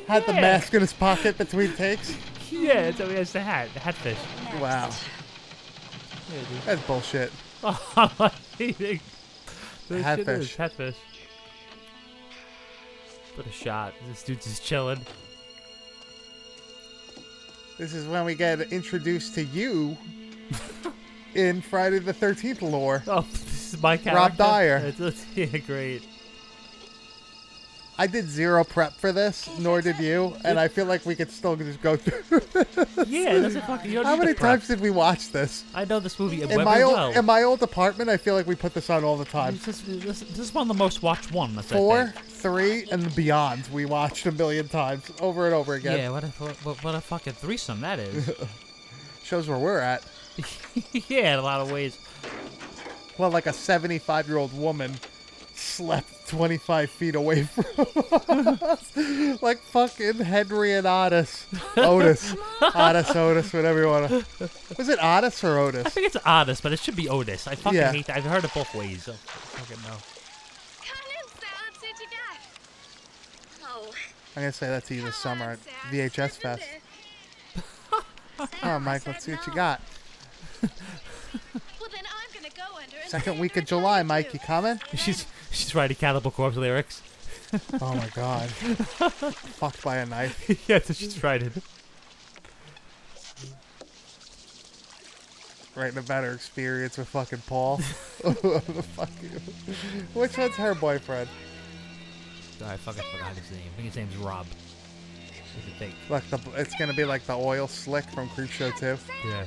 Speaker 2: Had the
Speaker 3: Yeah.
Speaker 2: mask in his pocket between takes.
Speaker 3: yeah, so he has the hat, the hatfish.
Speaker 2: Wow. That's bullshit.
Speaker 3: Oh, eating.
Speaker 2: Hatfish.
Speaker 3: Hatfish. What a shot! This dude's just chilling.
Speaker 2: This is when we get introduced to you in Friday the 13th lore.
Speaker 3: Oh, this is my character.
Speaker 2: Rob Dyer.
Speaker 3: It's, it's, yeah, great.
Speaker 2: I did zero prep for this, nor did you, and I feel like we could still just go through.
Speaker 3: Yeah, it doesn't fucking. You don't
Speaker 2: How
Speaker 3: need to
Speaker 2: many
Speaker 3: prep.
Speaker 2: times did we watch this?
Speaker 3: I know this movie
Speaker 2: In
Speaker 3: went
Speaker 2: my old
Speaker 3: well.
Speaker 2: in my old apartment, I feel like we put this on all the time.
Speaker 3: This is, this, this is one of the most watched one. That's I
Speaker 2: Four,
Speaker 3: think.
Speaker 2: three, and beyond. We watched a million times over and over again.
Speaker 3: Yeah, what a what, what a fucking threesome that is.
Speaker 2: Shows where we're at.
Speaker 3: yeah, in a lot of ways.
Speaker 2: Well, like a 75 year old woman slept 25 feet away from us. like fucking Henry and Otis. Otis. Otis, Otis, whatever you want to. Was it Otis or
Speaker 3: I
Speaker 2: Otis?
Speaker 3: think it's Otis, but it should be Otis. I fucking
Speaker 2: Yeah.
Speaker 3: hate that. I've heard it both ways. I fucking know.
Speaker 6: Oh,
Speaker 2: I'm going to say that to you this summer at VHS Fest. Oh, Mike, let's see what you got.
Speaker 6: well then I'm gonna go under and
Speaker 2: Second week of July, Mike, you coming?
Speaker 3: She's she's writing Cannibal Corpse lyrics.
Speaker 2: Oh my god. Fucked by a knife.
Speaker 3: yeah, so she's writing.
Speaker 2: Writing about her experience with fucking Paul. Fuck you. Which one's her boyfriend?
Speaker 3: I fucking forgot his name. I think his name's Rob. He's a fake.
Speaker 2: Like the, it's gonna be like the oil slick from Creepshow 2.
Speaker 3: Yeah.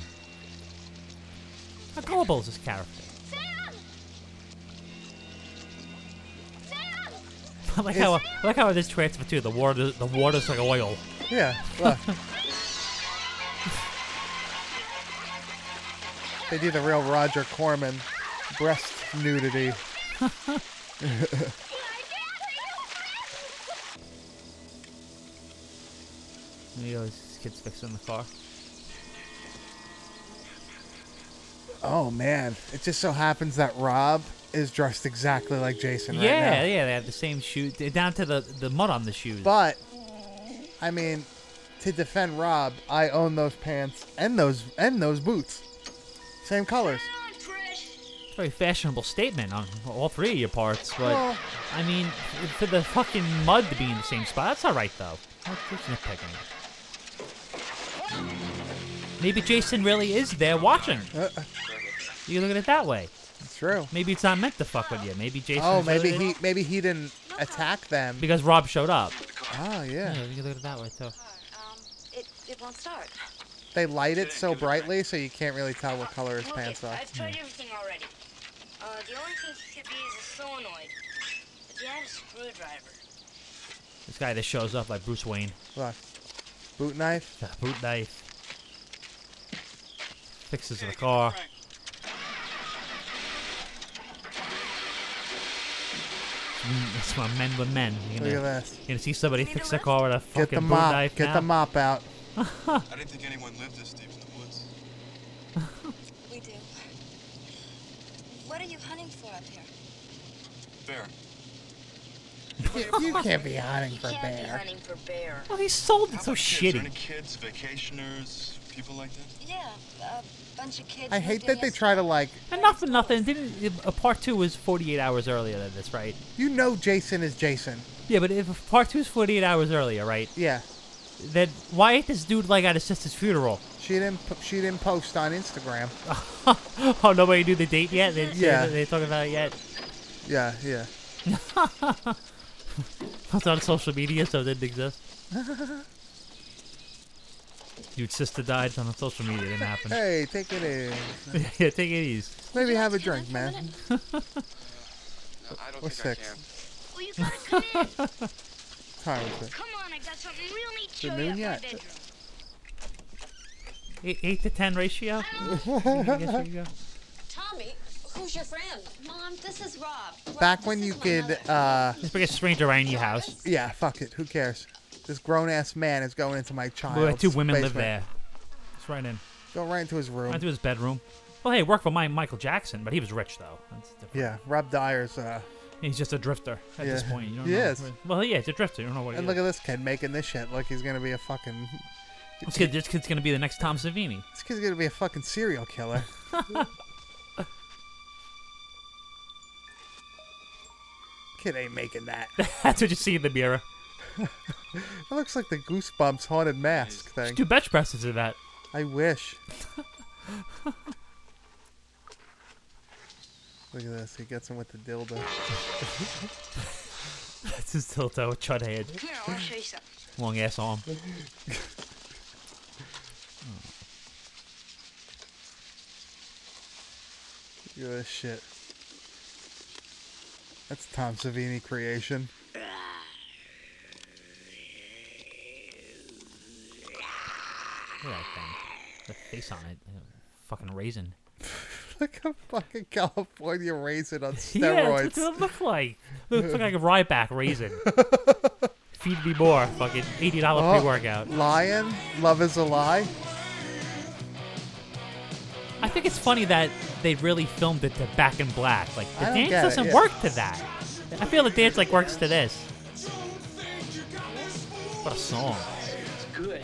Speaker 3: How gullible is this character? I like how I like how this transfer too. The water, the water's like oil.
Speaker 2: Yeah. Look. they do the real Roger Corman breast nudity.
Speaker 3: You know, this kid's fixing the car.
Speaker 2: oh man, it just so happens that Rob is dressed exactly like Jason right
Speaker 3: yeah,
Speaker 2: now.
Speaker 3: yeah, they have the same shoes they're down to the the mud on the shoes.
Speaker 2: But I mean, to defend Rob, I own those pants and those and those boots. Same colors.
Speaker 3: Very fashionable statement on all three of your parts, but
Speaker 2: Well-
Speaker 3: I mean, for the fucking mud to be in the same spot, that's all right though. That's just nitpicking. Maybe Jason really is there watching.
Speaker 2: Uh,
Speaker 3: You look at it that way.
Speaker 2: It's true.
Speaker 3: Maybe it's not meant to fuck with you. Maybe Jason.
Speaker 2: oh, maybe he maybe he didn't attack them.
Speaker 3: because Rob showed up.
Speaker 2: Oh yeah.
Speaker 3: you look at it that way too.
Speaker 6: It, it won't start.
Speaker 2: They light it so brightly so you can't really tell what color his pants are.
Speaker 15: I've tried everything already. Uh, the only thing he could be is a solenoid. If you had a screwdriver.
Speaker 3: This guy that shows up like Bruce Wayne.
Speaker 2: Look. Boot knife.
Speaker 3: The boot knife. Fixes the car. Mm, that's why men were men. You're
Speaker 2: Look
Speaker 3: gonna,
Speaker 2: at this.
Speaker 3: You're gonna see somebody fix a car with a fucking
Speaker 2: Get the
Speaker 3: boot
Speaker 2: mop.
Speaker 3: knife
Speaker 2: Get
Speaker 3: now.
Speaker 2: the mop out.
Speaker 9: I didn't think anyone lived this deep in the woods.
Speaker 6: We do. What are you hunting for up here?
Speaker 9: Bear.
Speaker 2: you can't be hunting for bear.
Speaker 15: Hunting for bear.
Speaker 3: Well, he sold it
Speaker 9: How
Speaker 3: so
Speaker 9: about kids? Are
Speaker 3: shitty.
Speaker 9: there any kids, vacationers, people like that?
Speaker 6: Yeah, a bunch of kids.
Speaker 2: I hate that they try to like.
Speaker 3: Enough for nothing. Didn't uh, part two was 48 hours earlier than this, right?
Speaker 2: You know Jason is Jason.
Speaker 3: Yeah, but if part two is 48 hours earlier, right?
Speaker 2: Yeah.
Speaker 3: Then why ain't this dude like at his sister's funeral?
Speaker 2: She didn't. po- She didn't post on Instagram.
Speaker 3: oh, nobody knew the date yet. They,
Speaker 2: Yeah.
Speaker 3: they, they talking about it yet.
Speaker 2: Yeah, yeah.
Speaker 3: It's on social media, so it didn't exist. Dude's sister died on social media. It didn't happen.
Speaker 2: Hey, take it in.
Speaker 3: yeah, take it easy.
Speaker 2: Maybe have a drink, man.
Speaker 9: I don't
Speaker 2: We're
Speaker 9: think
Speaker 2: six.
Speaker 15: Well, you gotta come in.
Speaker 2: Time is it?
Speaker 15: Come on, I got something real neat
Speaker 2: Is
Speaker 15: to show
Speaker 2: it
Speaker 15: you
Speaker 2: noon
Speaker 15: up
Speaker 2: yet?
Speaker 15: in the bedroom.
Speaker 3: Eight, eight to ten ratio. I guess we go.
Speaker 10: Tommy, who's your friend?
Speaker 6: Mom, this is Rob.
Speaker 2: Back when you could, uh,
Speaker 3: Just bring a stranger around your house.
Speaker 2: yeah, fuck it. Who cares? This grown ass man is going into my child's
Speaker 3: Well, two women live there.
Speaker 2: basement.
Speaker 3: It's right in.
Speaker 2: Go right into his room.
Speaker 3: Went to his bedroom. Well, hey, work for my Michael Jackson, but he was rich though. That's different.
Speaker 2: Yeah, Rob Dyer's. Uh,
Speaker 3: He's just a drifter at this
Speaker 2: Yeah.
Speaker 3: point. You don't
Speaker 2: He
Speaker 3: know.
Speaker 2: is.
Speaker 3: Well, yeah, it's a drifter. You don't know what.
Speaker 2: and
Speaker 3: he
Speaker 2: look
Speaker 3: is.
Speaker 2: at this kid making this shit. Like he's gonna be a fucking.
Speaker 3: this kid. This kid's gonna be the next Tom Savini.
Speaker 2: This kid's gonna be a fucking serial killer. kid ain't making that.
Speaker 3: That's what you see in the mirror.
Speaker 2: That looks like the Goosebumps haunted mask thing.
Speaker 3: Just do bench presses of that.
Speaker 2: I wish. Look at this. He gets him with the dildo.
Speaker 3: That's his tilto, with chud head,
Speaker 15: Here, I want to show you something.
Speaker 3: long ass arm.
Speaker 2: Look at this shit. That's Tom Savini creation.
Speaker 3: Look at that thing. The face on it. uh, Fucking raisin.
Speaker 2: Like a fucking California raisin on
Speaker 3: Yeah, that's
Speaker 2: steroids.
Speaker 3: what it looked like. Looks like a Ryback raisin. Feed me more. Fucking eighty dollar
Speaker 2: Oh,
Speaker 3: pre workout.
Speaker 2: Lion, Love is a Lie.
Speaker 3: I think it's funny that they really filmed it to Back in Black. Like
Speaker 2: I
Speaker 3: the
Speaker 2: don't
Speaker 3: dance
Speaker 2: get it,
Speaker 3: doesn't
Speaker 2: yeah.
Speaker 3: work to that. I feel the dance like works to this. What a song.
Speaker 13: It's good.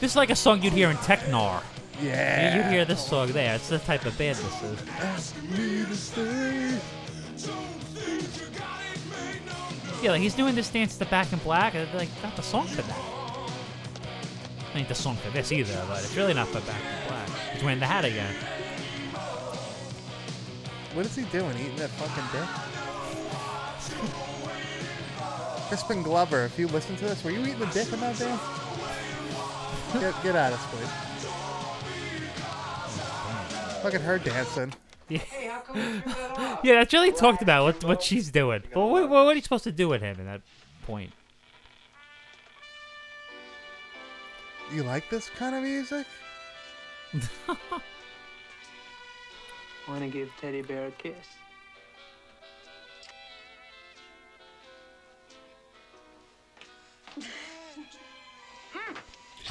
Speaker 3: This is like a song you'd hear in Technar.
Speaker 2: Yeah.
Speaker 3: You, would hear this song there. It's the type of band this is.
Speaker 2: Ask me to stay.
Speaker 3: Yeah, like he's doing this dance to Back in Black, and like not the song for that. Ain't the song for this either, but it's really not for Back in Black. He's wearing the hat again.
Speaker 2: What is he doing? Eating that fucking dick? Crispin Glover, if you listen to this, were you eating a dick in that dance? Get, get at us, please. Look at her dancing.
Speaker 3: Yeah. yeah, that's really talked about what what she's doing. Well, what, what are you supposed to do with him at that point?
Speaker 2: You like this kind of music?
Speaker 16: Wanna give Teddy Bear a kiss?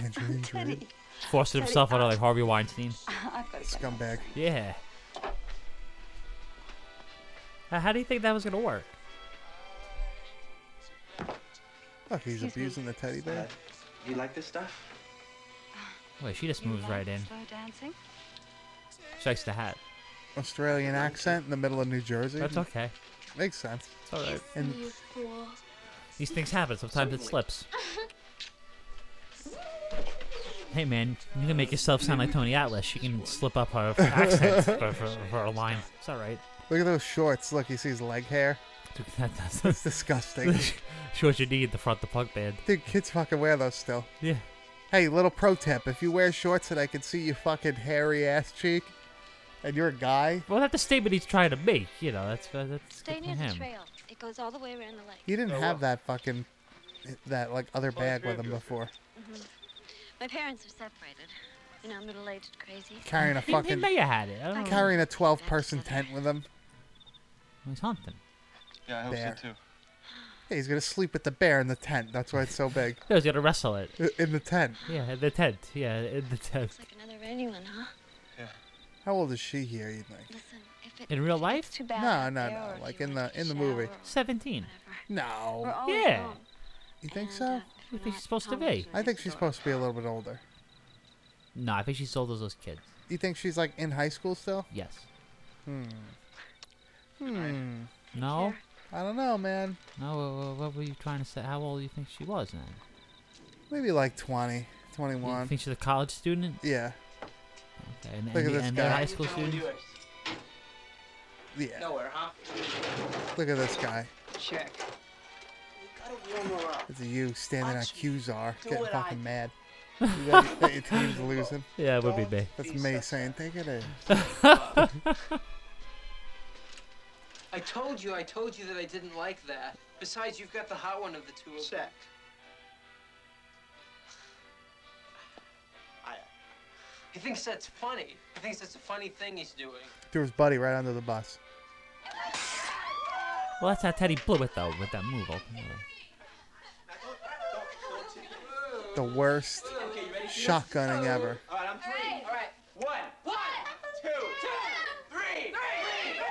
Speaker 2: Andrew, Andrew.
Speaker 3: Teddy. Forcing himself out of like Harvey Weinstein.
Speaker 2: I've gotta go. Scumbag.
Speaker 3: Yeah. How, how do you think that was gonna work?
Speaker 2: Look, he's abusing the teddy bear.
Speaker 17: You like this stuff?
Speaker 3: Wait, she just moves right in.
Speaker 18: Slow dancing?
Speaker 3: She likes the hat.
Speaker 2: Australian accent in the middle of New Jersey.
Speaker 3: That's okay.
Speaker 2: Makes sense.
Speaker 3: It's all right.
Speaker 2: Mm-hmm. And
Speaker 14: You fool.
Speaker 3: These things happen. Sometimes it slips. Hey man, you can make yourself sound like Tony Atlas. You can slip up her accent for, for, for a line. It's all right.
Speaker 2: look at those shorts. Look, he sees leg hair.
Speaker 3: Dude, that- that's,
Speaker 2: That's disgusting.
Speaker 3: Show what you need to front the punk band.
Speaker 2: Dude, kids fucking wear those still.
Speaker 3: Yeah.
Speaker 2: Hey, little pro tip: if you wear shorts and I can see your fucking hairy ass cheek, and you're a guy,
Speaker 3: Well, that's the statement he's trying to make. You know, that's uh, that's
Speaker 14: Stay
Speaker 3: good for
Speaker 14: near the
Speaker 3: him.
Speaker 14: trail. It goes all the way around the lake.
Speaker 2: you
Speaker 9: Oh,
Speaker 2: didn't have that fucking that like other bag with him before.
Speaker 14: hmm My parents are separated. You know, middle-aged crazy.
Speaker 2: Carrying a fucking
Speaker 3: may have had it. I don't know.
Speaker 2: carrying a twelve person tent with him.
Speaker 3: He's hunting.
Speaker 9: Yeah, I hope
Speaker 2: Bear.
Speaker 9: so too.
Speaker 2: Hey, he's gonna sleep with the bear in the tent. That's why it's so big.
Speaker 3: No, he's gonna wrestle it.
Speaker 2: I- In the tent.
Speaker 3: Yeah, the tent. Yeah, in the tent.
Speaker 14: Another rainy one, huh?
Speaker 2: How old is she here? You think?
Speaker 3: In real life?
Speaker 14: Too
Speaker 2: No, no, no. Like in the in the movie.
Speaker 3: Seventeen.
Speaker 2: No.
Speaker 14: We're all
Speaker 3: Yeah.
Speaker 14: alone.
Speaker 2: You think
Speaker 14: uh,
Speaker 2: so?
Speaker 3: Who think she's supposed to be?
Speaker 2: I think she's supposed to be a little bit older.
Speaker 3: No, I think she sold those those kids.
Speaker 2: You think she's like in high school still?
Speaker 3: Yes.
Speaker 2: Hmm. Hmm.
Speaker 3: No.
Speaker 2: I don't know, man.
Speaker 3: No. wha- wha- What were you trying to say? How old do you think she was then?
Speaker 2: Maybe like 20,
Speaker 3: You
Speaker 2: 21.
Speaker 3: think she's a college student?
Speaker 2: Yeah.
Speaker 3: Okay, and,
Speaker 2: Look
Speaker 3: and,
Speaker 2: at this
Speaker 3: and they're
Speaker 2: guy.
Speaker 3: high school students.
Speaker 2: Yeah.
Speaker 13: Nowhere, huh?
Speaker 2: Look at this guy.
Speaker 13: Check. You gotta warm her up.
Speaker 2: It's you standing on Qzar,
Speaker 13: Do
Speaker 2: getting
Speaker 13: what I
Speaker 2: fucking mad. You got, that your team's losing.
Speaker 3: Yeah, it would be me.
Speaker 2: That's me saying, take it in.
Speaker 13: I told you, I told you that I didn't like that. Besides, you've got the hot one of the two of them. I. He thinks that's funny. He thinks that's a funny thing he's doing.
Speaker 2: Threw his buddy right under the bus.
Speaker 3: Well, that's how Teddy blew it though with that move. Ultimately.
Speaker 2: The worst shotgunning ever.
Speaker 5: All right, I'm three. All right, one, one, two, two, three, three.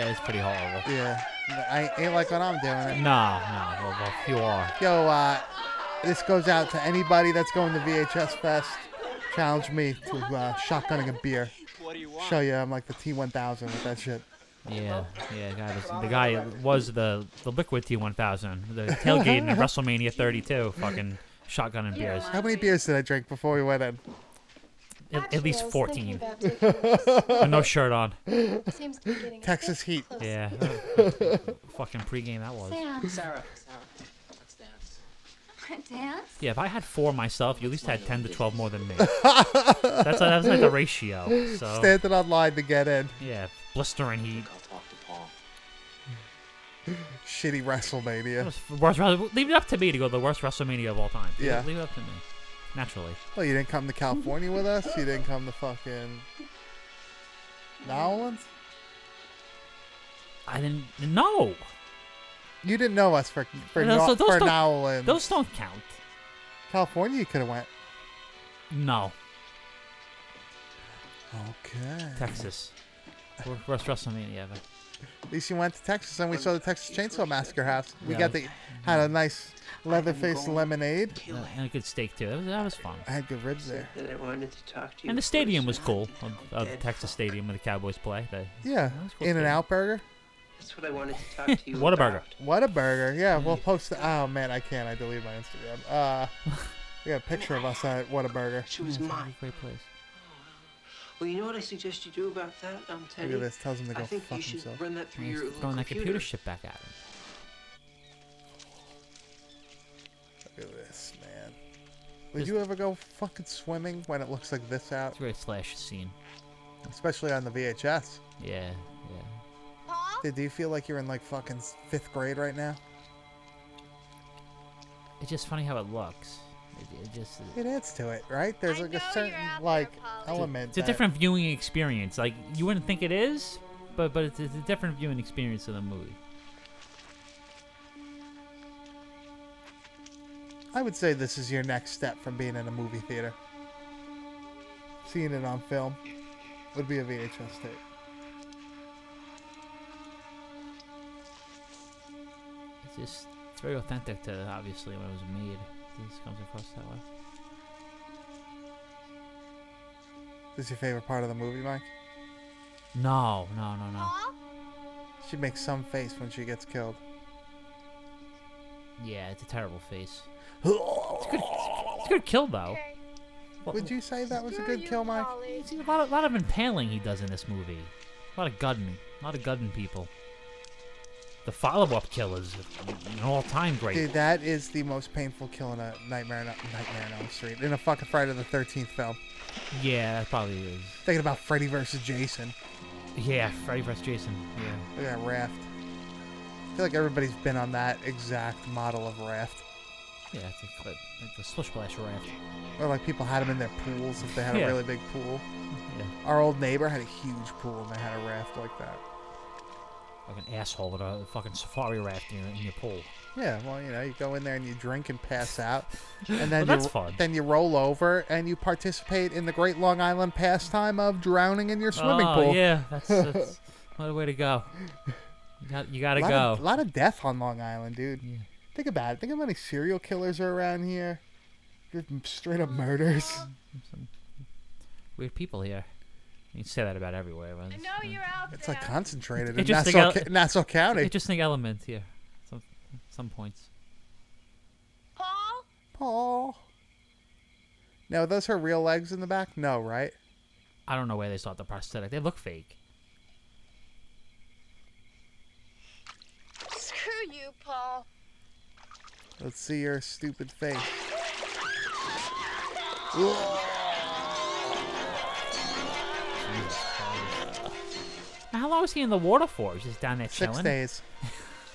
Speaker 3: That is pretty horrible.
Speaker 2: Yeah. I ain't like what I'm doing.
Speaker 3: No, no. Well, well you are.
Speaker 2: Yo, uh, this goes out to anybody that's going to VHS Fest. Challenge me to uh, shotgunning a beer. Show you I'm like the T1000 with that shit.
Speaker 3: Yeah, yeah. the Guy was, the guy was the the liquid T1000, the tailgate in WrestleMania 32. Fucking shotgun and beers.
Speaker 2: How many beers did I drink before we went in?
Speaker 3: At, at least
Speaker 14: Actually, I was
Speaker 3: 14.
Speaker 14: thinking about
Speaker 3: With no shirt on.
Speaker 14: Seems to be getting a
Speaker 2: Texas
Speaker 14: bit
Speaker 2: heat.
Speaker 14: close.
Speaker 3: Yeah. fucking pregame that was.
Speaker 14: Sam.
Speaker 13: Sarah, Sarah, let's dance.
Speaker 14: Dance?
Speaker 3: Yeah, if I had four myself, you at least had 10 to 12 more than me. That's that was like the ratio. So
Speaker 2: Standing online to get in.
Speaker 3: yeah, blistering heat.
Speaker 2: Shitty WrestleMania.
Speaker 3: Worst, leave it up to me to go to the worst WrestleMania of all time. Leave it-
Speaker 2: Yeah.
Speaker 3: Leave it up to me. Naturally.
Speaker 2: Well, Oh, you didn't come to California with us. You didn't come to fucking New Orleans.
Speaker 3: I didn't. No.
Speaker 2: You didn't know us for for,
Speaker 3: No,
Speaker 2: no,
Speaker 3: so those
Speaker 2: for
Speaker 3: don't-
Speaker 2: New Orleans.
Speaker 3: Those don't count.
Speaker 2: California, you could have went.
Speaker 3: No.
Speaker 2: Okay.
Speaker 3: Texas. Wor- Worst WrestleMania ever.
Speaker 2: At least you went to Texas and we saw the Texas Chainsaw Massacre house. We
Speaker 3: Yeah.
Speaker 2: got the had a nice leather faced lemonade.
Speaker 3: Uh, and a good steak too. That was, that was fun.
Speaker 2: I had good ribs there.
Speaker 13: That I wanted to talk to you.
Speaker 3: And the stadium was cool. Uh, uh, Texas Stadium where the Cowboys play. They-
Speaker 2: Yeah,
Speaker 3: that was cool
Speaker 2: In and Out Burger.
Speaker 13: That's what I wanted to talk to you
Speaker 3: What a burger.
Speaker 13: about.
Speaker 2: What a burger! Yeah, we'll post. Oh man, I can't. I deleted my Instagram. Uh, we got a picture of us at What a Burger.
Speaker 13: She was mine.
Speaker 3: Great place.
Speaker 16: Well, you know what I suggest you do about that, um, Teddy?
Speaker 2: Look at this. Tells him to
Speaker 16: I
Speaker 2: go
Speaker 16: think
Speaker 2: fuck
Speaker 16: you should
Speaker 2: himself.
Speaker 16: run that through your little
Speaker 3: throwing that
Speaker 16: computer.
Speaker 3: computer shit back at him.
Speaker 2: Look at this, man. Would you ever go fucking swimming when it looks like this out? It's
Speaker 3: a very slash scene.
Speaker 2: Especially on the VHS.
Speaker 3: Yeah, yeah.
Speaker 2: Dude, do you feel like you're in like fucking s- fifth grade right now?
Speaker 3: It's just funny how it looks. It, it just
Speaker 2: It adds to it, right? There's like a certain like element.
Speaker 3: It's a
Speaker 2: that-
Speaker 3: different viewing experience. Like you wouldn't think it is, but but it's, it's a different viewing experience of the movie.
Speaker 2: I would say this is your next step from being in a movie theater. Seeing it on film would be a VHS tape.
Speaker 3: It's just it's very authentic to obviously when it was made. This comes across that way.
Speaker 2: This is your favorite part of the movie, Mike?
Speaker 3: No, no, no, no.
Speaker 2: She makes some face when she gets killed.
Speaker 3: Yeah, it's a terrible face. It's a good, it's a good kill though.
Speaker 2: Would you say that was a good kill, Mike?
Speaker 3: See, a lot of, lot of impaling he does in this movie. A lot of gutting. A lot of gutting people. The follow up kill is an all time great.
Speaker 2: Dude, that is the most painful kill in a Nightmare on, Nightmare on Elm Street in a fucking Friday the Thirteenth film.
Speaker 3: Yeah, that probably is.
Speaker 2: Thinking about Freddy versus Jason.
Speaker 3: Yeah, Freddy vs. Jason. Yeah.
Speaker 2: Look at that raft. I feel like everybody's been on that exact model of raft.
Speaker 3: Yeah, it's a clip. Like the slush splash raft.
Speaker 2: Or like people had them in their pools if they had
Speaker 3: Yeah.
Speaker 2: a really big pool.
Speaker 3: Yeah.
Speaker 2: Our old neighbor had a huge pool and they had a raft like that.
Speaker 3: Fucking asshole with a fucking safari raft in your, in your pool.
Speaker 2: Yeah, well, you know, you go in there and you drink and pass out, and then
Speaker 3: Well, that's
Speaker 2: you,
Speaker 3: fun.
Speaker 2: then you roll over and you participate in the Great Long Island pastime of drowning in your swimming
Speaker 3: oh,
Speaker 2: pool.
Speaker 3: yeah. That's, that's what a way to go. You, got, you gotta
Speaker 2: lot
Speaker 3: go.
Speaker 2: Of, lot of death on Long Island, dude. Think about it. Think how many serial killers are around here. Just straight up murders.
Speaker 3: Weird people here. You can say that about everywhere. But it's-
Speaker 2: you're out It's like concentrated in
Speaker 3: Interesting
Speaker 2: Nassau,
Speaker 3: ele-
Speaker 2: Ca- Nassau County.
Speaker 3: Interesting element here. Some, some points.
Speaker 14: Paul?
Speaker 2: Paul. Now, are those her real legs in the back? No, right?
Speaker 3: I don't know where they saw the prosthetic. They look fake.
Speaker 14: Screw you, Paul.
Speaker 2: Let's see your stupid face. Ugh.
Speaker 3: Now, How long was he in the water for? Just down there
Speaker 2: Six
Speaker 3: chilling.
Speaker 2: days.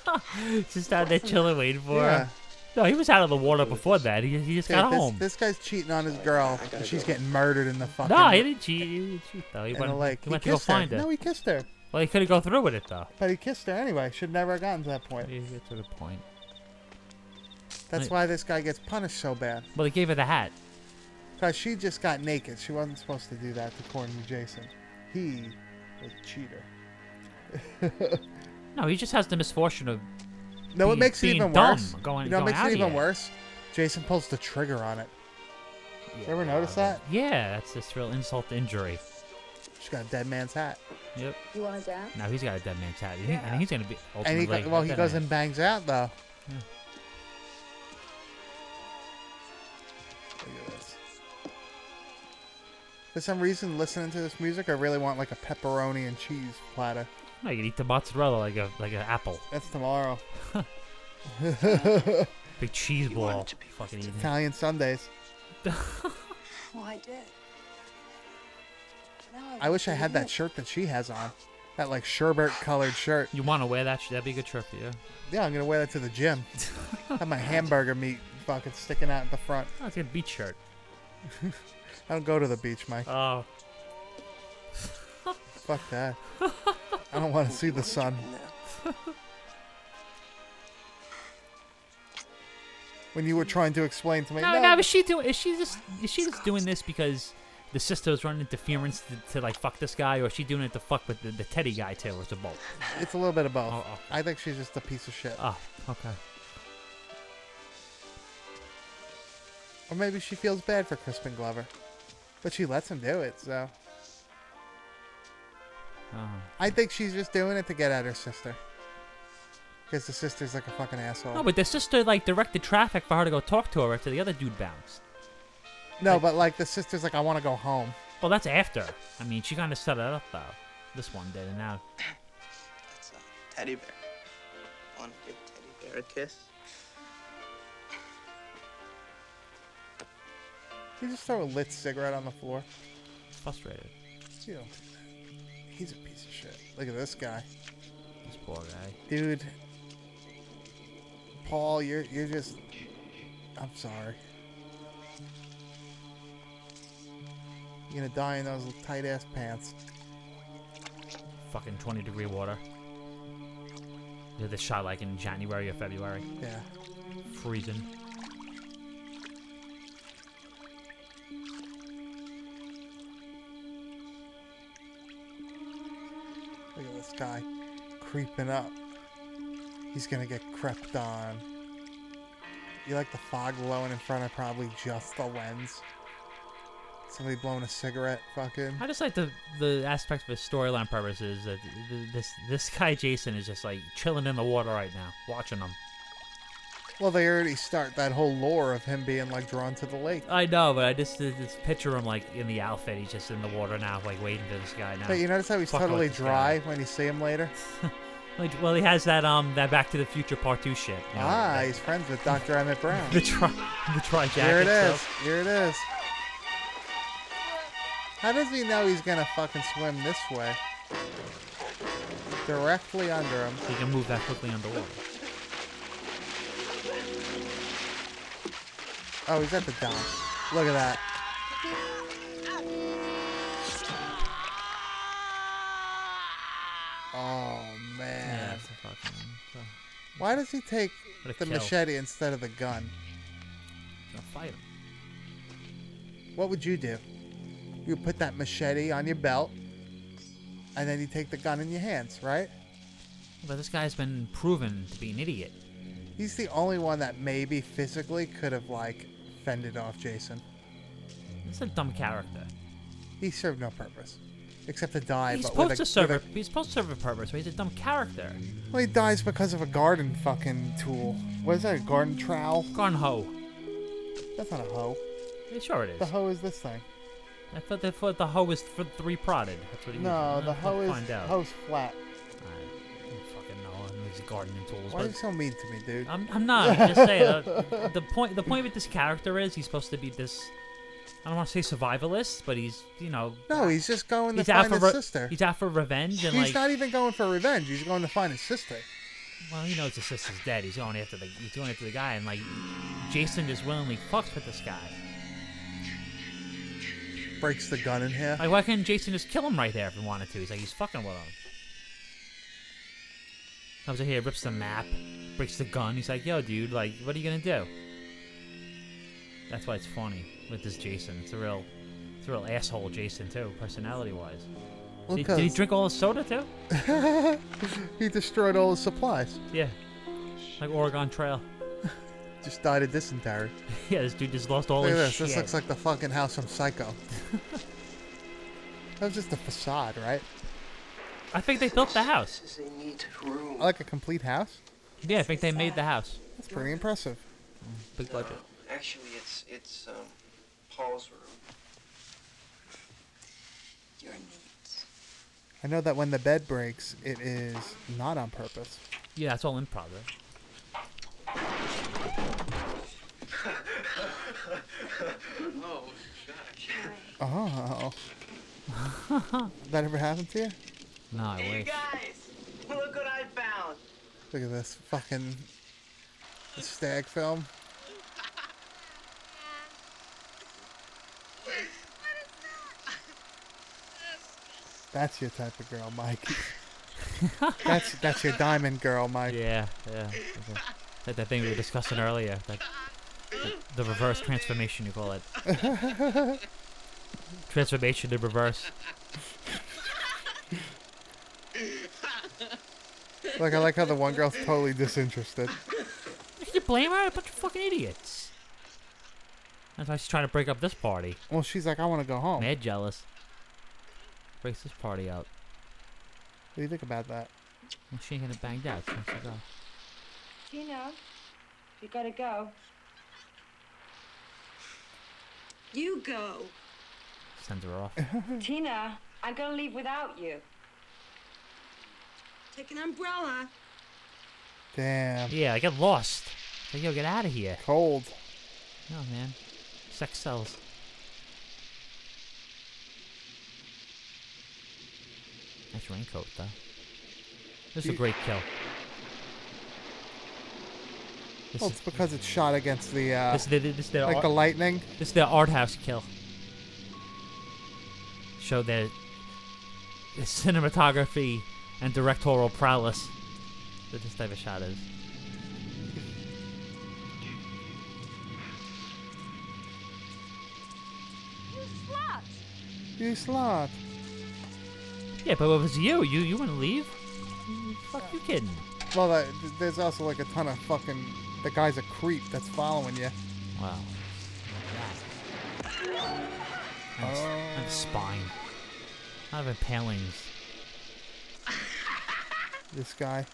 Speaker 3: Just down there chilling, waiting for.
Speaker 2: Yeah.
Speaker 3: Him. No, he was out of the water before that. He, he just
Speaker 2: Dude,
Speaker 3: got
Speaker 2: this,
Speaker 3: home.
Speaker 2: this guy's cheating on his girl, and she's getting murdered in the fucking.
Speaker 3: no, he didn't cheat. He didn't cheat though. He
Speaker 2: in
Speaker 3: went,
Speaker 2: the lake.
Speaker 3: he
Speaker 2: He
Speaker 3: went to go
Speaker 2: kissed her.
Speaker 3: find her.
Speaker 2: No, he kissed her,
Speaker 3: Well, he could have go through with it though.
Speaker 2: but he kissed her anyway. Should never have gotten to that point.
Speaker 3: You get to the point.
Speaker 2: That's
Speaker 3: Like-
Speaker 2: why this guy gets punished so bad.
Speaker 3: Well, he gave her the hat.
Speaker 2: Cause she just got naked. She wasn't supposed to do that, according to Jason. He was a cheater.
Speaker 3: No, he just has the misfortune of.
Speaker 2: No, what
Speaker 3: being-
Speaker 2: makes it
Speaker 3: being
Speaker 2: even
Speaker 3: dumb,
Speaker 2: worse?
Speaker 3: Going,
Speaker 2: you know, what
Speaker 3: going
Speaker 2: makes
Speaker 3: out
Speaker 2: it
Speaker 3: of
Speaker 2: even
Speaker 3: here.
Speaker 2: worse. Jason pulls the trigger on it. You ever notice that?
Speaker 3: Yeah, that's just real insult to injury.
Speaker 2: She's got a dead man's hat.
Speaker 3: Yep.
Speaker 17: You want a dab?
Speaker 3: Now he's got a dead man's hat, and he- and he's gonna be
Speaker 2: And he
Speaker 3: ultimately.
Speaker 2: go, well, he
Speaker 3: dead
Speaker 2: goes
Speaker 3: man.
Speaker 2: and bangs out though.
Speaker 3: Yeah.
Speaker 2: Look at this. For some reason, listening to this music, I really want like a pepperoni and cheese platter.
Speaker 3: No, you can eat the mozzarella like a like an apple.
Speaker 2: That's tomorrow.
Speaker 3: Big cheese ball. Fucking eating.
Speaker 2: Italian Sundays.
Speaker 17: Well, Oh, I did. Now
Speaker 2: I wish I had that shirt that she has on. That like sherbet colored shirt.
Speaker 3: You want to wear that? That'd be a good shirt for you.
Speaker 2: Yeah, I'm gonna wear that to the gym. have my hamburger meat fucking sticking out in the front.
Speaker 3: Oh, it's a good beach shirt.
Speaker 2: I don't go to the beach, Mike.
Speaker 3: Oh.
Speaker 2: Fuck that. I don't want to see the sun. When you were trying to explain to me,
Speaker 3: No, no, is she doing? Is she just? Is she just doing this because the sister was running interference to, to like fuck this guy, or is she doing it to fuck with the, the Teddy guy too, or is it both?
Speaker 2: it's a little bit of both. I think she's just a piece of shit.
Speaker 3: Oh, okay.
Speaker 2: Or maybe she feels bad for Crispin Glover, but she lets him do it. So
Speaker 3: Oh.
Speaker 2: I think she's just doing it to get at her sister, because the sister's like a fucking asshole.
Speaker 3: No, but the sister like directed traffic for her to go talk to her after the other dude bounced.
Speaker 2: No, but like the sister's like, I want to go home.
Speaker 3: Well, that's after. I mean, she kind of set it up though. This one did, and now
Speaker 9: uh,
Speaker 13: Teddy bear. Want to give teddy bear a kiss?
Speaker 2: Can you just throw a lit cigarette on the floor?
Speaker 3: frustrated.
Speaker 2: You don't do that. He's a piece of shit. Look at this guy.
Speaker 3: This poor guy.
Speaker 2: Dude. Paul, you're you're just I'm sorry. You're gonna die in those tight ass pants.
Speaker 3: Fucking 20 degree water. They did this shot like in January or February.
Speaker 2: Yeah.
Speaker 3: Freezing.
Speaker 2: Look at this guy creeping up. He's gonna get crept on. You like the fog blowing in front of probably just the lens. Somebody blowing a cigarette, fucking.
Speaker 3: I just like the the aspect for storyline purposes that th- this this guy Jason is just like chilling in the water right now, watching them.
Speaker 2: Well, they already start that whole lore of him being like drawn to the lake.
Speaker 3: I know, but I just did this picture him like in the outfit. He's just in the water now, like waiting for this guy now.
Speaker 2: But you notice how he's
Speaker 3: Fucking with
Speaker 2: totally
Speaker 3: this guy.
Speaker 2: dry when you see him later?
Speaker 3: Like, well, he has that um that Back to the Future Part Two shit. you know,
Speaker 2: ah, he's friends with Dr. Emmett Brown.
Speaker 3: the tri the tri jacket.
Speaker 2: Here it
Speaker 3: so-
Speaker 2: is. Here it is. How does he know he's gonna fucking swim this way? Directly under him.
Speaker 3: He can move that quickly underwater.
Speaker 2: Oh, he's at the dock. Look at that. Oh
Speaker 3: Yeah,
Speaker 2: man.
Speaker 3: it's a fucking.
Speaker 2: Why does he take
Speaker 3: What a
Speaker 2: the
Speaker 3: kill.
Speaker 2: machete instead of the gun?
Speaker 3: I'll fight him.
Speaker 2: What would you do? You put that machete on your belt, and then you take the gun in your hands, right?
Speaker 3: But this guy's been proven to be an idiot.
Speaker 2: He's the only one that maybe physically could have like fended off Jason.
Speaker 3: He's a dumb character.
Speaker 2: He served no purpose, except to die.
Speaker 3: He's
Speaker 2: but
Speaker 3: supposed
Speaker 2: with a,
Speaker 3: to serve.
Speaker 2: with
Speaker 3: A, he's supposed to serve a purpose, but he's a dumb character.
Speaker 2: a- well, he dies because of a garden fucking tool. What is that? A garden trowel?
Speaker 3: Garden hoe.
Speaker 2: That's not a hoe.
Speaker 3: Yeah, sure it is.
Speaker 2: The hoe is this thing.
Speaker 3: I thought they thought the hoe was for three prodded. That's what he
Speaker 2: No,
Speaker 3: was.
Speaker 2: the
Speaker 3: I'll
Speaker 2: hoe is
Speaker 3: find out.
Speaker 2: hoe's flat.
Speaker 3: I don't fucking know. I mean, He's gardening tools.
Speaker 2: Why are
Speaker 3: but-
Speaker 2: you so mean to me, dude?
Speaker 3: I'm, I'm not. I'm just saying. uh, the point the point with this character is he's supposed to be this. I don't want to say survivalist, but he's you know
Speaker 2: No, he's just going to
Speaker 3: he's
Speaker 2: find
Speaker 3: out for
Speaker 2: his
Speaker 3: re-
Speaker 2: sister.
Speaker 3: he's out for revenge and
Speaker 2: He's
Speaker 3: like
Speaker 2: not e- even going for revenge. He's going to find his sister.
Speaker 3: well he knows his sister's dead. He's going after the he's going after the guy and like Jason just willingly fucks with this guy.
Speaker 2: Breaks the gun in half.
Speaker 3: Like why couldn't Jason just kill him right there if he wanted to? He's like he's fucking with him. Comes in here, rips the map, breaks the gun. He's like, yo, dude, like what are you gonna do? That's why it's funny with this Jason. It's a real, it's a real asshole Jason too, personality wise.
Speaker 2: Well,
Speaker 3: Did, did he
Speaker 2: 'cause-
Speaker 3: drink all his soda too?
Speaker 2: he destroyed all his supplies.
Speaker 3: Yeah. Like Oregon Trail.
Speaker 2: Just died of dysentery.
Speaker 3: Yeah, this dude just lost all
Speaker 2: Look at
Speaker 3: his
Speaker 2: this.
Speaker 3: shit.
Speaker 2: This looks like the fucking house from Psycho. that was just a facade, right?
Speaker 3: I think they built the house.
Speaker 2: Like a complete house.
Speaker 3: Yeah, I think they made the house.
Speaker 2: That's pretty impressive.
Speaker 3: Big budget.
Speaker 18: Actually, it's it's um, Paul's room. You're neat.
Speaker 2: I know that when the bed breaks, it is not on purpose.
Speaker 3: Yeah, it's all improv. Right?
Speaker 18: oh, gosh.
Speaker 2: Oh. that ever happened to you?
Speaker 3: No, I
Speaker 13: Hey, you
Speaker 3: wish.
Speaker 13: guys! Look what I found!
Speaker 2: Look at this fucking stag film. That's your type of girl, Mike. that's that's your diamond girl, Mike.
Speaker 3: Yeah, yeah. Okay. That, that thing we were discussing earlier. That, the, the reverse transformation, you call it. Transformation to reverse.
Speaker 2: Like I like how the one girl's totally disinterested.
Speaker 3: Can you blame her? A bunch of fucking idiots. That's why she's trying to break up this party.
Speaker 2: Well, she's like, I want to go home.
Speaker 3: Mad jealous. Breaks this party up.
Speaker 2: What do you think about that?
Speaker 3: Well, she ain't gonna bang that. So she's off.
Speaker 17: Gino, you gotta go. You go.
Speaker 3: It's sends her off.
Speaker 2: Uh-huh.
Speaker 19: Tina, I'm gonna leave without you. Take an umbrella.
Speaker 2: Damn.
Speaker 3: Yeah, I get lost. Like, yo, get out of here.
Speaker 2: Cold.
Speaker 3: No, man. Sex sells. Nice raincoat, though. This is a
Speaker 2: You-
Speaker 3: great kill.
Speaker 2: Well, Oh, it's because it's shot against the uh,
Speaker 3: This- this- this- their
Speaker 2: like
Speaker 3: ar-
Speaker 2: the lightning.
Speaker 3: This is their art house kill. Show their, their cinematography and directorial prowess that this type of shot is.
Speaker 2: You slot.
Speaker 3: Yeah, but it was you. You you want to leave? Fuck you, kidding?
Speaker 2: Well, that, th- there's also like a ton of fucking. The guy's a creep that's following you.
Speaker 3: Wow. And, s- and a spine. I have impalings.
Speaker 2: This guy.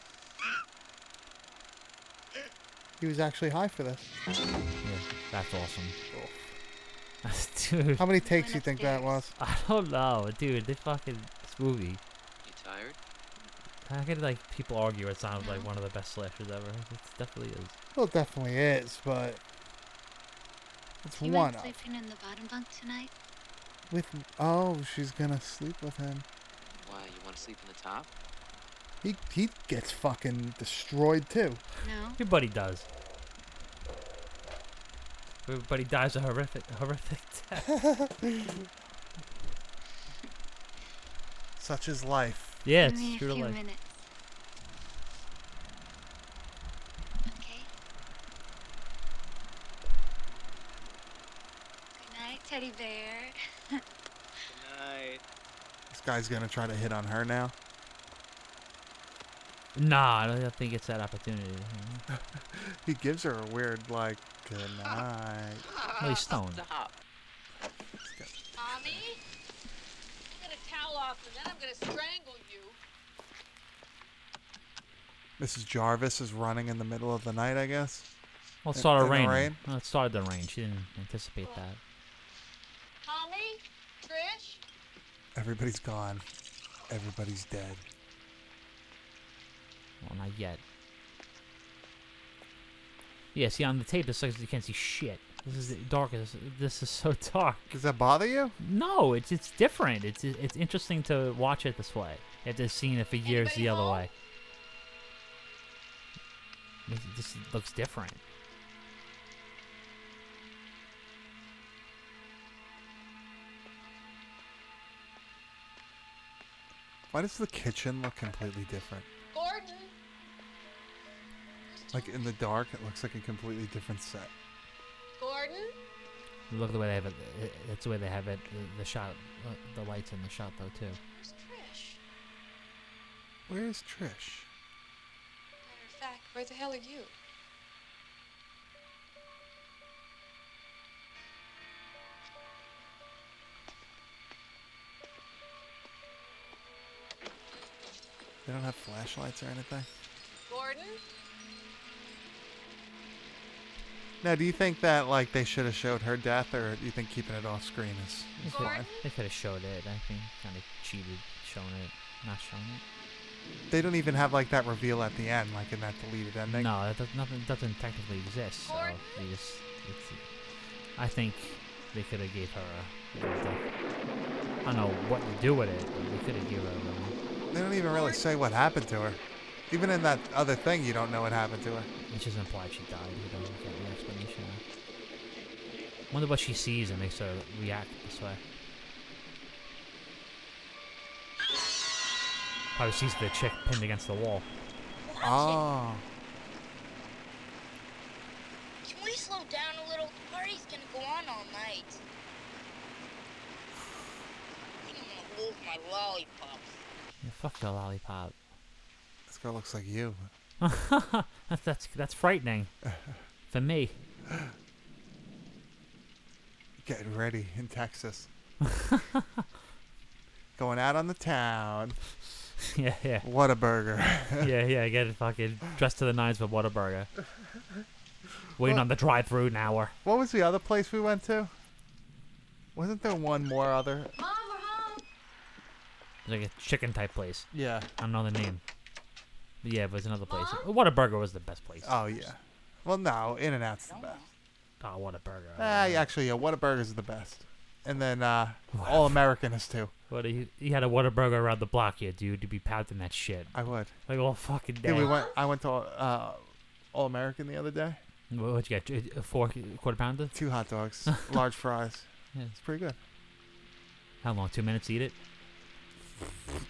Speaker 2: He was actually high for this.
Speaker 3: Yeah, that's awesome. dude.
Speaker 2: How many takes you think that was?
Speaker 3: I don't know, dude. They fucking this movie.
Speaker 13: You tired?
Speaker 3: How could like people argue it sounds like one of the best slashers ever? It definitely is.
Speaker 2: Well, it definitely is, but it's
Speaker 6: You
Speaker 2: one
Speaker 6: mind sleeping in the bottom bunk tonight?
Speaker 2: with. Oh, she's gonna sleep with him.
Speaker 13: Why, you want to sleep in the top?
Speaker 2: He he gets fucking destroyed too.
Speaker 6: No.
Speaker 3: Your buddy does. Everybody dies a horrific, horrific death.
Speaker 2: Such is life.
Speaker 3: yeah,
Speaker 6: Only
Speaker 3: it's
Speaker 6: a
Speaker 3: true to
Speaker 6: few
Speaker 3: life.
Speaker 6: minutes. Okay. Good night, teddy bear.
Speaker 13: Night.
Speaker 2: This guy's gonna try to hit on her now.
Speaker 3: Nah, I don't I don't think it's that opportunity.
Speaker 6: Uh,
Speaker 2: He gives her a weird like good night.
Speaker 3: Well, he's stoned.
Speaker 13: Stop.
Speaker 10: Tommy, I'm gonna towel off and then I'm gonna strangle you.
Speaker 2: Mrs. Jarvis is running in the middle of the night, I guess.
Speaker 3: Well, it
Speaker 2: In-
Speaker 3: started
Speaker 2: in the
Speaker 3: raining.
Speaker 2: rain?
Speaker 3: Well, it started to rain. She didn't anticipate that.
Speaker 10: Tommy, Trish,
Speaker 2: Everybody's gone. Everybody's dead.
Speaker 3: Well, not yet. Yeah, see, on the tape, this looks you can't see shit. This is the darkest. This is so dark.
Speaker 2: Does that bother you?
Speaker 3: No, it's it's different. It's it's interesting to watch it this way. After seeing it for years the other way. This, this looks different.
Speaker 2: Why does the kitchen look completely different?
Speaker 10: Gordon.
Speaker 2: Like in the dark, it looks like a completely different set.
Speaker 10: Gordon,
Speaker 3: Look the way they have it. it- It's the way they have it. The, the shot, uh, the lights in the shot though too.
Speaker 10: where's Trish?
Speaker 2: Where is Trish?
Speaker 10: Matter of fact, where the hell are you?
Speaker 2: They don't have flashlights or anything.
Speaker 10: Gordon,
Speaker 2: Now, do you think that like they should have showed her death, or do you think keeping it off screen is, is fine?
Speaker 3: They could have showed it. I think kind of cheated, showing it, not showing it.
Speaker 2: They don't even have like that reveal at the end, like in that deleted ending.
Speaker 3: No, that does, nothing doesn't technically exist. So they just, it's, I think they could have gave her. A, gave her- I don't know what to do with it. But they could have given her. A,
Speaker 2: They don't even really say what happened to her. Even in that other thing, you don't know what happened to her.
Speaker 3: it's just implied she died. You don't get the explanation. Wonder what she sees and makes her react this way. Probably sees the chick pinned against the wall.
Speaker 2: Oh,
Speaker 15: Can we slow down a little? The party's gonna go on all night. I think I'm gonna lose my lollipop.
Speaker 3: Yeah, fuck your lollipop.
Speaker 2: this girl looks like you.
Speaker 3: that's, that's that's frightening for me.
Speaker 2: Getting ready in Texas. Going out on the town.
Speaker 3: yeah, yeah.
Speaker 2: What a burger.
Speaker 3: yeah, yeah, get it fucking dressed to the nines for Whataburger. Waiting
Speaker 2: Well-
Speaker 3: on the drive through an hour.
Speaker 2: What was the other place we went to? Wasn't there one more other?
Speaker 10: Mom, we're home.
Speaker 3: It's like a chicken type place.
Speaker 2: Yeah.
Speaker 3: I don't know the name. But yeah, but it's another place. Whataburger was the best place.
Speaker 2: Oh yeah. Well, no, In and Out's the best.
Speaker 3: Oh, Whataburger.
Speaker 2: Ah, yeah, actually, yeah, Whataburger's the best. And then uh, All American is too.
Speaker 3: But he, he had a Whataburger around the block here, dude. You'd be pounding that shit.
Speaker 2: I would.
Speaker 3: Like all fucking day.
Speaker 2: Yeah, we went. I went to uh, All American the other day.
Speaker 3: What, what you got? J- A four quarter pounder?
Speaker 2: Two hot dogs, large fries.
Speaker 3: Yeah.
Speaker 2: It's pretty good.
Speaker 3: How long? Two minutes to eat it?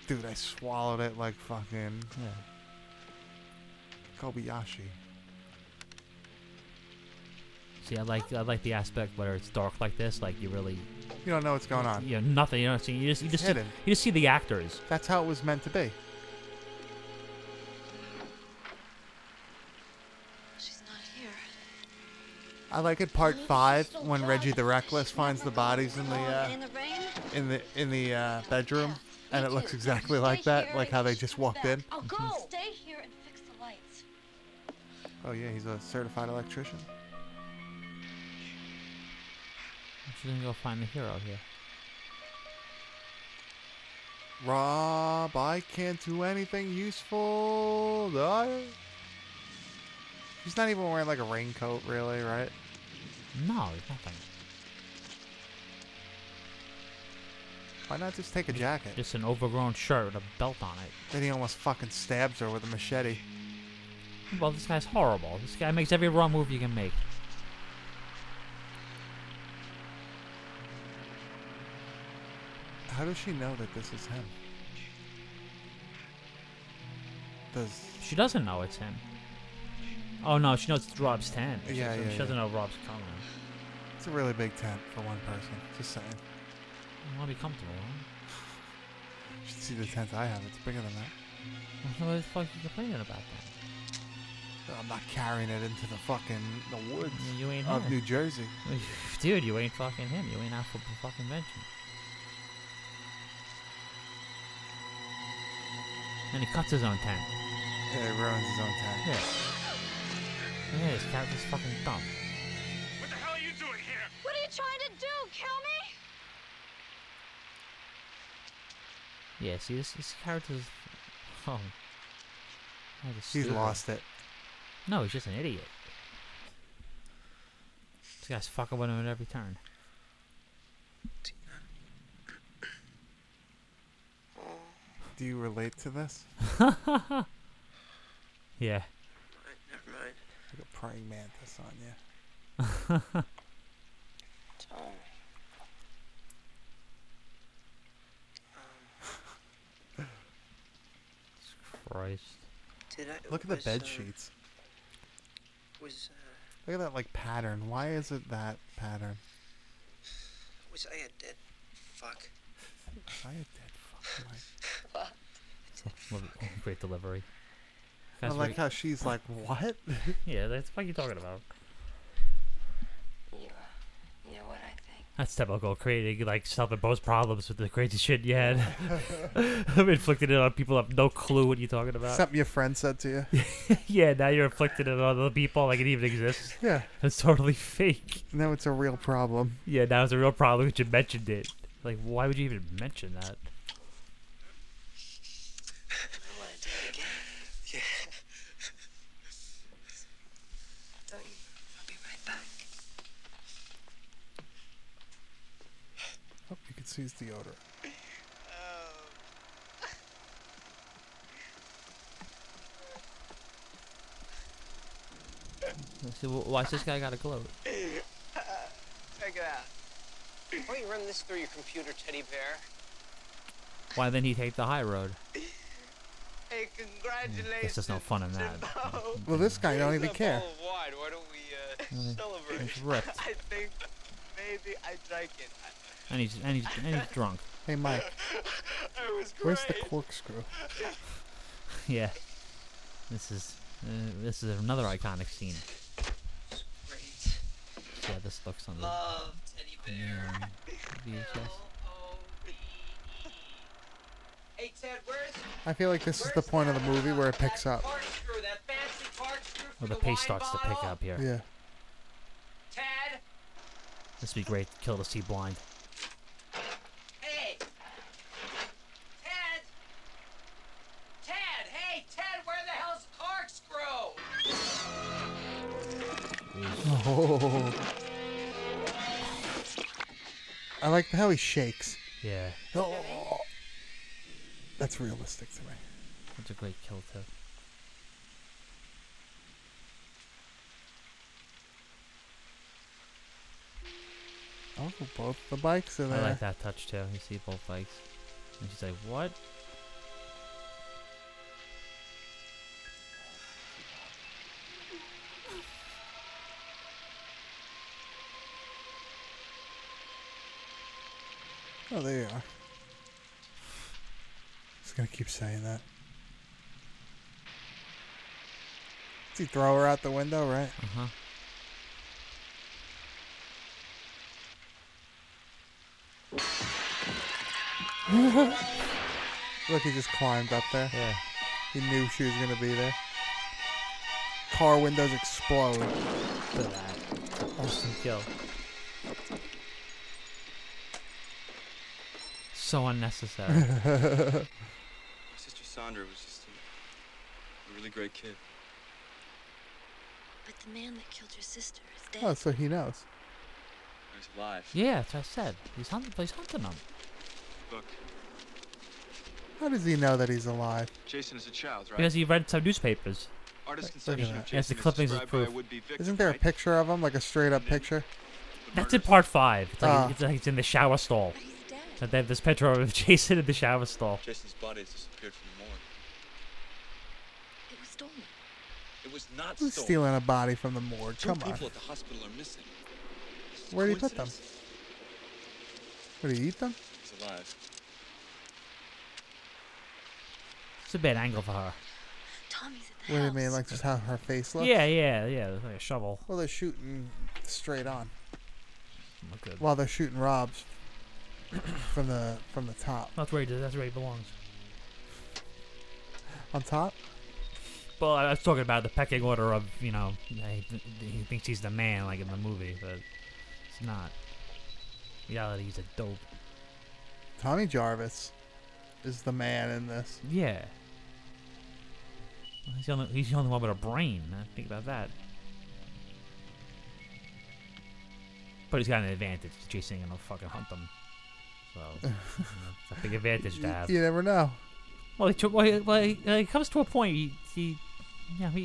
Speaker 2: Dude, I swallowed it like fucking
Speaker 3: yeah.
Speaker 2: Kobayashi.
Speaker 3: See, I like I like the aspect where it's dark like this. Like you really,
Speaker 2: You don't know what's going on.
Speaker 3: you know, nothing. You know, see, you just you
Speaker 2: It's
Speaker 3: just see,
Speaker 2: hidden.
Speaker 3: you just see the actors.
Speaker 2: That's how it was meant to be.
Speaker 12: She's not here.
Speaker 2: I like it part five when Reggie the Reckless finds the bodies in the uh,
Speaker 15: in the rain?
Speaker 2: in the in the uh, bedroom, and it looks exactly like that, like how they just walked in.
Speaker 15: I'll go.
Speaker 6: Mm-hmm. Stay here and fix the lights.
Speaker 2: Oh yeah, he's a certified electrician.
Speaker 3: She's gonna go find the hero here.
Speaker 2: Rob, I can't do anything useful. do I? He's not even wearing like a raincoat, really, right?
Speaker 3: No, there's nothing.
Speaker 2: Why not just take a jacket?
Speaker 3: Just an overgrown shirt with a belt on it.
Speaker 2: Then he almost fucking stabs her with a machete.
Speaker 3: Well, this guy's horrible. This guy makes every wrong move you can make.
Speaker 2: How does she know that this is him? Does
Speaker 3: She doesn't know it's him. Oh no, she knows it's Rob Stan. She
Speaker 2: Yeah,
Speaker 3: doesn't-
Speaker 2: yeah,
Speaker 3: She doesn't know Rob's coming.
Speaker 2: it's a really big tent for one person? Just saying.
Speaker 3: I want to be comfortable. Huh?
Speaker 2: You should see the tent I have. It's bigger than that.
Speaker 3: What the fuck are you complaining about that?
Speaker 2: I'm not carrying it into the fucking the woods
Speaker 3: You ain't
Speaker 2: of
Speaker 3: here.
Speaker 2: New Jersey.
Speaker 3: Dude, you ain't fucking him. You ain't out for the fucking mention. And he cuts his own tent.
Speaker 2: Yeah, he ruins his own tent.
Speaker 3: Yeah. Yeah, this character's fucking dumb.
Speaker 1: What the hell are you doing here?
Speaker 10: What are you trying to do? Kill me?
Speaker 3: Yeah, see, this, this character's. Oh. Oh, this
Speaker 2: He's
Speaker 3: stupid.
Speaker 2: lost it.
Speaker 3: No, he's just an idiot. This guy's fucking with him at every turn.
Speaker 2: Do you relate to this?
Speaker 3: Yeah.
Speaker 18: Never mind.
Speaker 2: Like a praying mantis on you.
Speaker 18: Tom.
Speaker 3: Christ.
Speaker 18: Did I?
Speaker 2: Look at the
Speaker 18: was,
Speaker 2: bed
Speaker 18: uh,
Speaker 2: sheets.
Speaker 18: Was uh,
Speaker 2: Look at that like pattern. Why is it that pattern?
Speaker 18: was I a dead fuck?
Speaker 2: I did fuck my-
Speaker 3: What a great delivery.
Speaker 2: I
Speaker 3: Guy's
Speaker 2: like
Speaker 3: very-
Speaker 2: how she's like, what?
Speaker 3: Yeah, that's what you talking about.
Speaker 15: You, uh, you know what I think?
Speaker 3: That's typical, creating like solving both problems with the crazy shit you had. I've inflicted it on people who have no clue what you're talking about.
Speaker 2: Something your friend said to you.
Speaker 3: yeah, now you're inflicting it on other people like it even exists.
Speaker 2: Yeah.
Speaker 3: It's totally fake.
Speaker 2: No, it's a real problem.
Speaker 3: Yeah, now it's a real problem that you mentioned it. Like, why would you even mention that?
Speaker 15: I want to do it again.
Speaker 18: Yeah.
Speaker 15: Don't you? I'll be right back.
Speaker 2: Oh, you can see his deodorant.
Speaker 3: So wh- why's this guy got a gloat?
Speaker 13: Check it out. Why don't you run this through your computer, teddy bear?
Speaker 3: Why then he take the high road?
Speaker 13: Hey, congratulations.
Speaker 3: Guess there's no fun in that.
Speaker 2: Well, this guy don't even care.
Speaker 13: Why? Why don't we
Speaker 3: Really?
Speaker 13: uh, celebrate?
Speaker 3: It's ripped.
Speaker 13: I think maybe I drank it.
Speaker 3: And he's and he's and he's drunk.
Speaker 2: Hey, Mike,
Speaker 13: I was
Speaker 2: where's the corkscrew?
Speaker 3: yeah. This is uh, this is another iconic scene.
Speaker 13: great.
Speaker 3: Yeah, this looks on the
Speaker 13: Love, teddy bear.
Speaker 3: VHS.
Speaker 13: L-O-V-E. Hey, Ted, where's
Speaker 2: I feel like this is the point of the movie where it picks up.
Speaker 13: corkscrew? That fancy corkscrew for
Speaker 3: Well, the
Speaker 13: the
Speaker 3: pace
Speaker 13: wine
Speaker 3: starts to pick
Speaker 13: bottle?
Speaker 3: up here.
Speaker 2: Yeah.
Speaker 13: Ted,
Speaker 3: This would be great. Kill to see blind.
Speaker 2: like how he shakes.
Speaker 3: Yeah.
Speaker 2: Oh, that's realistic to me.
Speaker 3: That's a great kill too.
Speaker 2: Oh, both the bikes are there.
Speaker 3: I like that touch too. You see both bikes, and she's like, "What?"
Speaker 2: Oh, there you are. Just gonna keep saying that. Does he throw her out the window, right?
Speaker 3: Uh huh.
Speaker 2: Look, he just climbed up there.
Speaker 3: Yeah.
Speaker 2: He knew she was gonna be there. Car windows explode.
Speaker 3: Look at that. Awesome kill. So unnecessary.
Speaker 9: My sister Sandra was just a, a really great kid.
Speaker 6: But the man that killed your sister is dead.
Speaker 2: Oh, so he knows.
Speaker 9: I was alive.
Speaker 3: yeah, that's what I said. He's hunting. He's hunting them.
Speaker 9: Look,
Speaker 2: How does he know that he's alive?
Speaker 9: Jason is a child, right?
Speaker 3: Because he read some newspapers.
Speaker 9: Artist
Speaker 2: Look
Speaker 9: conception of
Speaker 2: at
Speaker 9: Jason
Speaker 2: that.
Speaker 3: Yes, the clippings is
Speaker 9: is described by
Speaker 3: proof.
Speaker 9: a would-be victim,
Speaker 2: Isn't there a
Speaker 9: right?
Speaker 2: picture of him, like a straight up picture?
Speaker 3: That's in part five. It's like,
Speaker 2: Ah.
Speaker 3: it's like it's in the shower stall. And they have this picture of Jason in the shower stall.
Speaker 9: Jason's body has disappeared from the morgue.
Speaker 6: It was stolen.
Speaker 9: It was not
Speaker 2: Who's
Speaker 9: stolen.
Speaker 2: stealing a body from the morgue?
Speaker 9: Two
Speaker 2: Come on.
Speaker 9: people at the hospital are missing.
Speaker 2: Where did he put them? What did he eat them?
Speaker 9: He's alive.
Speaker 3: It's a bad angle for her.
Speaker 2: What do you mean, like just how her face looks?
Speaker 3: Yeah, yeah, yeah. It's like a shovel.
Speaker 2: Well, they're shooting straight on
Speaker 3: Look good.
Speaker 2: while they're shooting Rob's from the from the top.
Speaker 3: That's where he does. That's where he belongs.
Speaker 2: On top?
Speaker 3: Well, I I was talking about the pecking order of you know he, th- he thinks he's the man like in the movie, but it's not. In reality, he's a dope.
Speaker 2: Tommy Jarvis is the man in this.
Speaker 3: Yeah. He's the only he's the only one with a brain. huh? Think about that. But he's got an advantage. Jason ain't gonna fucking hunt them. So you know, it's a big advantage to have.
Speaker 2: You never know.
Speaker 3: Well, he took. Well, he, well, he, uh, he comes to a point. He, he, yeah, he,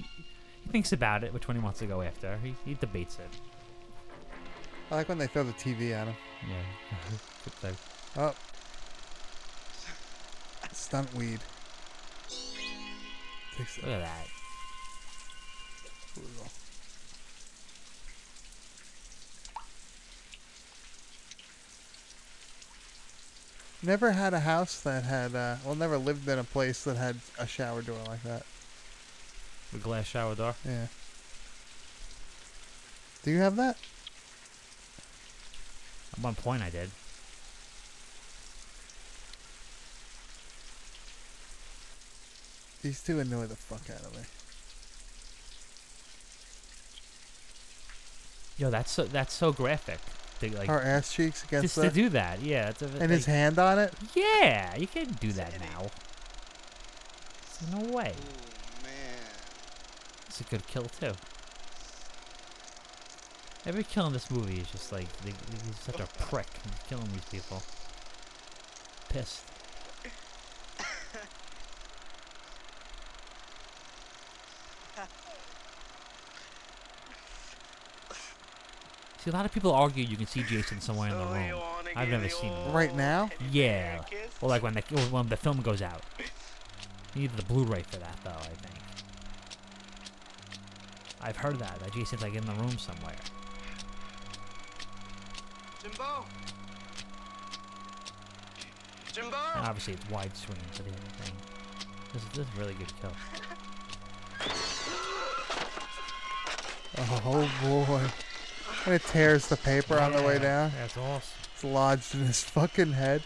Speaker 3: he thinks about it, which one he wants to go after. He, he debates it.
Speaker 2: I like when they throw the TV at him.
Speaker 3: Yeah. It's like,
Speaker 2: Oh. Stunt weed. Takes
Speaker 3: look at that.
Speaker 2: Brutal. Never had a house that had, uh, well, never lived in a place that had a shower door like that.
Speaker 3: The glass shower door.
Speaker 2: Yeah. Do you have that?
Speaker 3: At one point, I did.
Speaker 2: These two annoy the fuck out of me.
Speaker 3: Yo, that's so that's so graphic. To, like,
Speaker 2: Her ass cheeks against
Speaker 3: just
Speaker 2: the.
Speaker 3: to do that. Yeah. It's a,
Speaker 2: and his
Speaker 3: like-
Speaker 2: hand on it?
Speaker 3: Yeah, you can't do that now. There's no way. It's a good kill too. Every kill in this movie is just like they, they- he's such a prick when he's killing these people. Pissed. See, a lot of people argue you can see Jason somewhere in the room. I've never seen him.
Speaker 2: Right now?
Speaker 3: Yeah. Well, like when the when the film goes out. You need the Blu-ray for that, though. I think. I've heard that that Jason's like in the room somewhere.
Speaker 7: Jimbo. Jimbo.
Speaker 3: And obviously, it's wide swing for the other thing. This, this is a really good kill.
Speaker 2: Oh boy. And it tears the paper on the way down.
Speaker 3: That's awesome.
Speaker 2: It's lodged in his fucking head.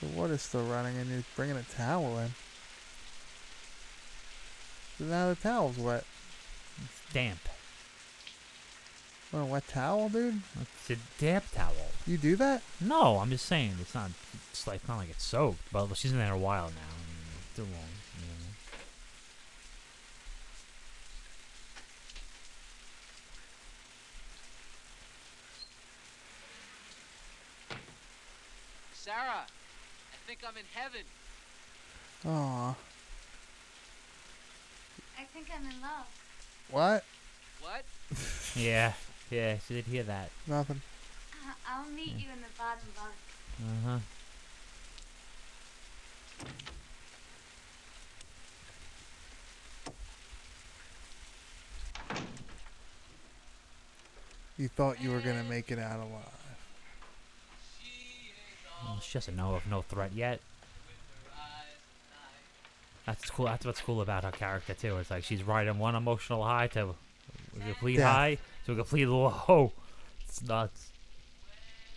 Speaker 2: The water's still running and he's bringing a towel in. So now the towel's wet.
Speaker 3: It's damp.
Speaker 2: Want a wet towel, dude?
Speaker 3: It's a damp towel.
Speaker 2: You do that?
Speaker 3: No, I'm just saying it's not. It's like not like it's soaked. But she's in there a while now. I mean, it's too long. You know.
Speaker 13: Sarah, I think I'm in heaven.
Speaker 2: Aw.
Speaker 14: I think I'm in love.
Speaker 2: What?
Speaker 13: What?
Speaker 3: yeah, yeah, she did hear that.
Speaker 2: Nothing.
Speaker 14: Uh, I'll meet you in the bottom bunk.
Speaker 3: Uh huh.
Speaker 2: You thought you were gonna make it out alive.
Speaker 3: Well, it's just a no of no threat yet. That's cool. That's what's cool about her character too. It's like she's riding one emotional high to a complete
Speaker 2: Death.
Speaker 3: high to a complete low. It's nuts.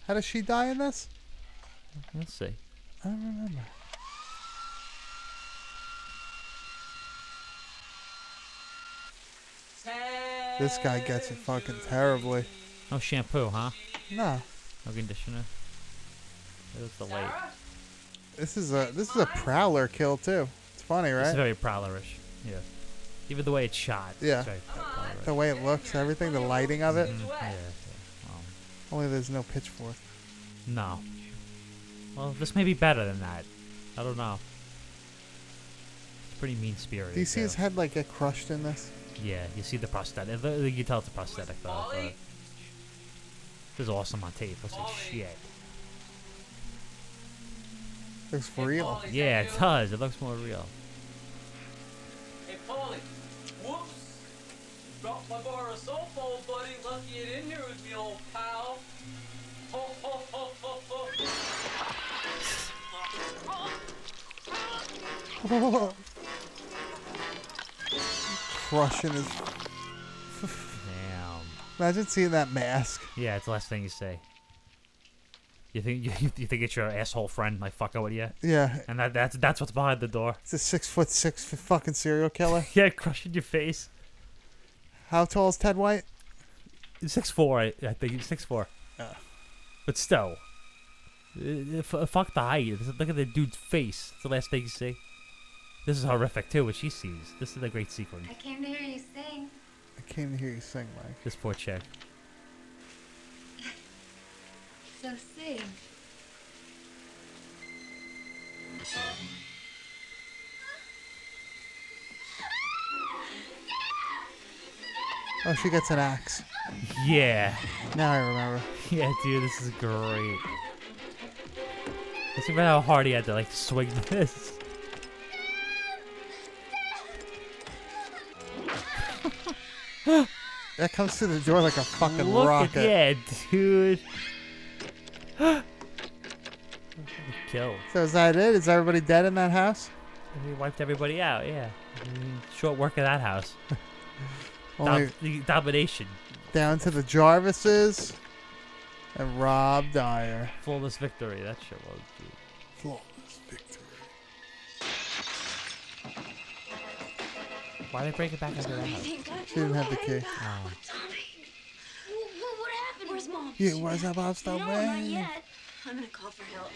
Speaker 2: How does she die in this?
Speaker 3: Let's see.
Speaker 2: I don't remember. This guy gets it fucking terribly.
Speaker 3: No shampoo, huh?
Speaker 2: No.
Speaker 3: No conditioner. It was the light.
Speaker 2: This is a this is a prowler kill too. It's funny, right?
Speaker 3: It's very prowlerish. Yeah. Even the way it's shot. it's
Speaker 2: Yeah.
Speaker 3: very prowlerish.
Speaker 2: The way it looks, everything, the lighting of it.
Speaker 3: Mhm, yeah.
Speaker 2: Only there's no pitchfork.
Speaker 3: No. Well, this may be better than that. I don't know. It's pretty mean spirited.
Speaker 2: Do you see his head like get crushed in this?
Speaker 3: Yeah, you see the prosthetic. the- You can tell it's a prosthetic though. But this is awesome on tape. Looks like shit.
Speaker 2: Looks real.
Speaker 3: Yeah, it does. It looks more real.
Speaker 13: Hey, Polly. Whoops. Dropped my bar of soap, old buddy. Lucky it in here with me, old pal. Ho, ho, ho, ho, ho.
Speaker 2: Crushing his.
Speaker 3: Damn.
Speaker 2: Imagine seeing that mask.
Speaker 3: Yeah, it's the last thing you say. You think you, you think it's your asshole friend like fucking with you?
Speaker 2: Yeah.
Speaker 3: And that, that's that's what's behind the door.
Speaker 2: It's a six foot six f- fucking serial killer.
Speaker 3: yeah, crushing your face.
Speaker 2: How tall is Ted White?
Speaker 3: Six four, I, I think he's six four. But still, Uh, f- fuck the height. This- Look at the dude's face. It's the last thing you see. This is horrific too. What she sees. This is a great sequence.
Speaker 14: I came to hear you sing.
Speaker 2: I came to hear you sing, Mike.
Speaker 3: This poor chick.
Speaker 14: So sing.
Speaker 2: Oh, she gets an axe.
Speaker 3: Yeah.
Speaker 2: Now I remember.
Speaker 3: Yeah, dude, this is great. Let's see about how hard he had to like swing this.
Speaker 2: That comes through the door like a fucking
Speaker 3: Look
Speaker 2: rocket.
Speaker 3: at yeah, dude. Killed.
Speaker 2: So is that it? Is everybody dead in that house?
Speaker 3: He wiped everybody out. Yeah. Short work of that house.
Speaker 2: Only-
Speaker 3: Dom- the domination.
Speaker 2: Down to the Jarvises and Rob Dyer.
Speaker 3: Flawless victory. That shit was. Dude.
Speaker 2: Flawless
Speaker 3: victory. Why did they break it back after that? house?
Speaker 2: She didn't have the key.
Speaker 3: Oh.
Speaker 15: What happened? Where's mom?
Speaker 2: Yeah, where's that Bob Stone
Speaker 15: No, not
Speaker 2: man?
Speaker 15: yet. I'm gonna call for help.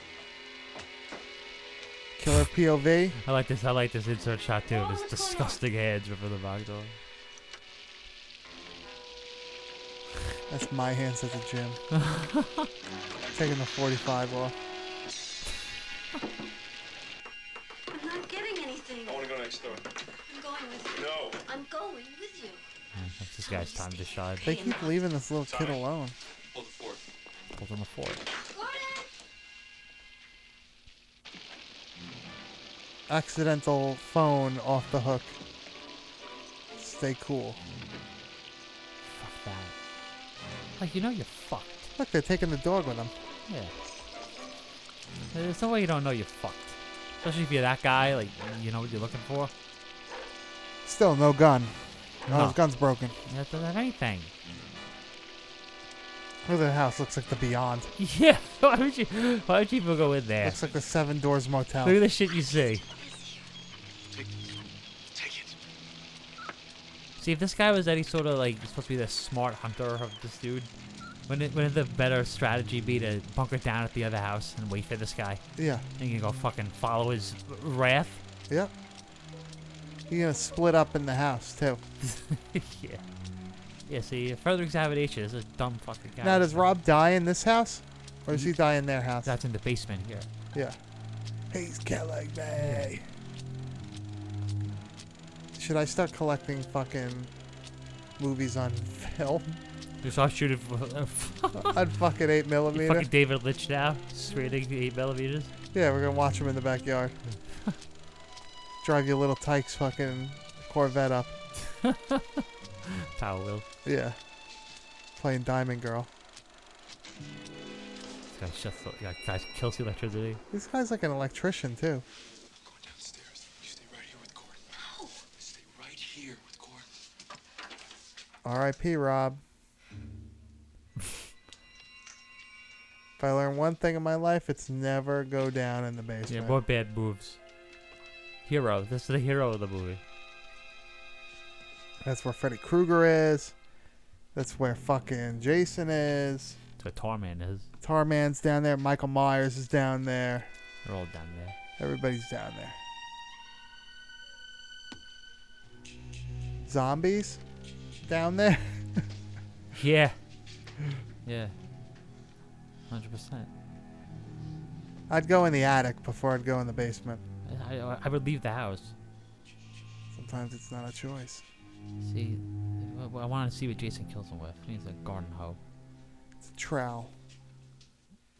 Speaker 2: Killer POV.
Speaker 3: I like this. I like this insert shot too. This disgusting hands over the back door.
Speaker 2: That's my hands at the gym. Taking the 45 off.
Speaker 15: I'm not getting anything.
Speaker 11: I want to go next door.
Speaker 15: I'm going with you.
Speaker 11: No.
Speaker 15: I'm going with you.
Speaker 3: That's this guy's time to shine.
Speaker 2: They keep leaving this little kid alone.
Speaker 9: Hold the fort.
Speaker 3: Hold on the floor.
Speaker 2: Accidental phone off the hook. Stay cool.
Speaker 3: Fuck that. Like you know you're fucked.
Speaker 2: Look, they're taking the dog with them.
Speaker 3: Yeah. There's no way you don't know you're fucked. Especially if you're that guy. Like you know what you're looking for.
Speaker 2: Still no gun. No,
Speaker 3: No.
Speaker 2: his gun's broken.
Speaker 3: That doesn't have anything.
Speaker 2: Look at the house. Looks like the Beyond.
Speaker 3: Yeah. Why would you? Why would you even go in there?
Speaker 2: Looks like the Seven Doors Motel.
Speaker 3: Look at the shit you see. See, if this guy was any sort of like supposed to be the smart hunter of this dude, wouldn't, it, wouldn't the better strategy be to bunker down at the other house and wait for this guy?
Speaker 2: Yeah.
Speaker 3: And you can go fucking follow his wrath.
Speaker 2: Yep. You're gonna split up in the house too.
Speaker 3: yeah. Yeah. See, further examination is a dumb fucking guy.
Speaker 2: Now does Rob die in this house? Or does he die in their house?
Speaker 3: That's in the basement here.
Speaker 2: Yeah. He's killing me. Should I start collecting fucking movies on film?
Speaker 3: Just I'll shoot it
Speaker 2: on fucking 8 millimeter.
Speaker 3: fucking David Lynch now. Straight into 8 millimeters.
Speaker 2: Yeah, we're gonna watch him in the backyard. Drive your little tyke's fucking Corvette up.
Speaker 3: Power wheel.
Speaker 2: Yeah. Playing Diamond Girl.
Speaker 3: This guy's just like, guys kills the electricity.
Speaker 2: This guy's like an electrician too. R.I.P. Rob. if I learn one thing in my life, it's never go down in the basement.
Speaker 3: Yeah, more bad moves. Hero. This is the hero of the movie.
Speaker 2: That's where Freddy Krueger is. That's where fucking Jason is.
Speaker 3: That's what Tarman is.
Speaker 2: Tarman's down there. Michael Myers is down there.
Speaker 3: They're all down there.
Speaker 2: Everybody's down there. Zombies down there.
Speaker 3: yeah. Yeah. Hundred percent.
Speaker 2: I'd go in the attic before I'd go in the basement.
Speaker 3: I, I, I would leave the house.
Speaker 2: Sometimes it's not a choice.
Speaker 3: See, I, I want to see what Jason kills him with. He's a garden hoe.
Speaker 2: It's a trowel.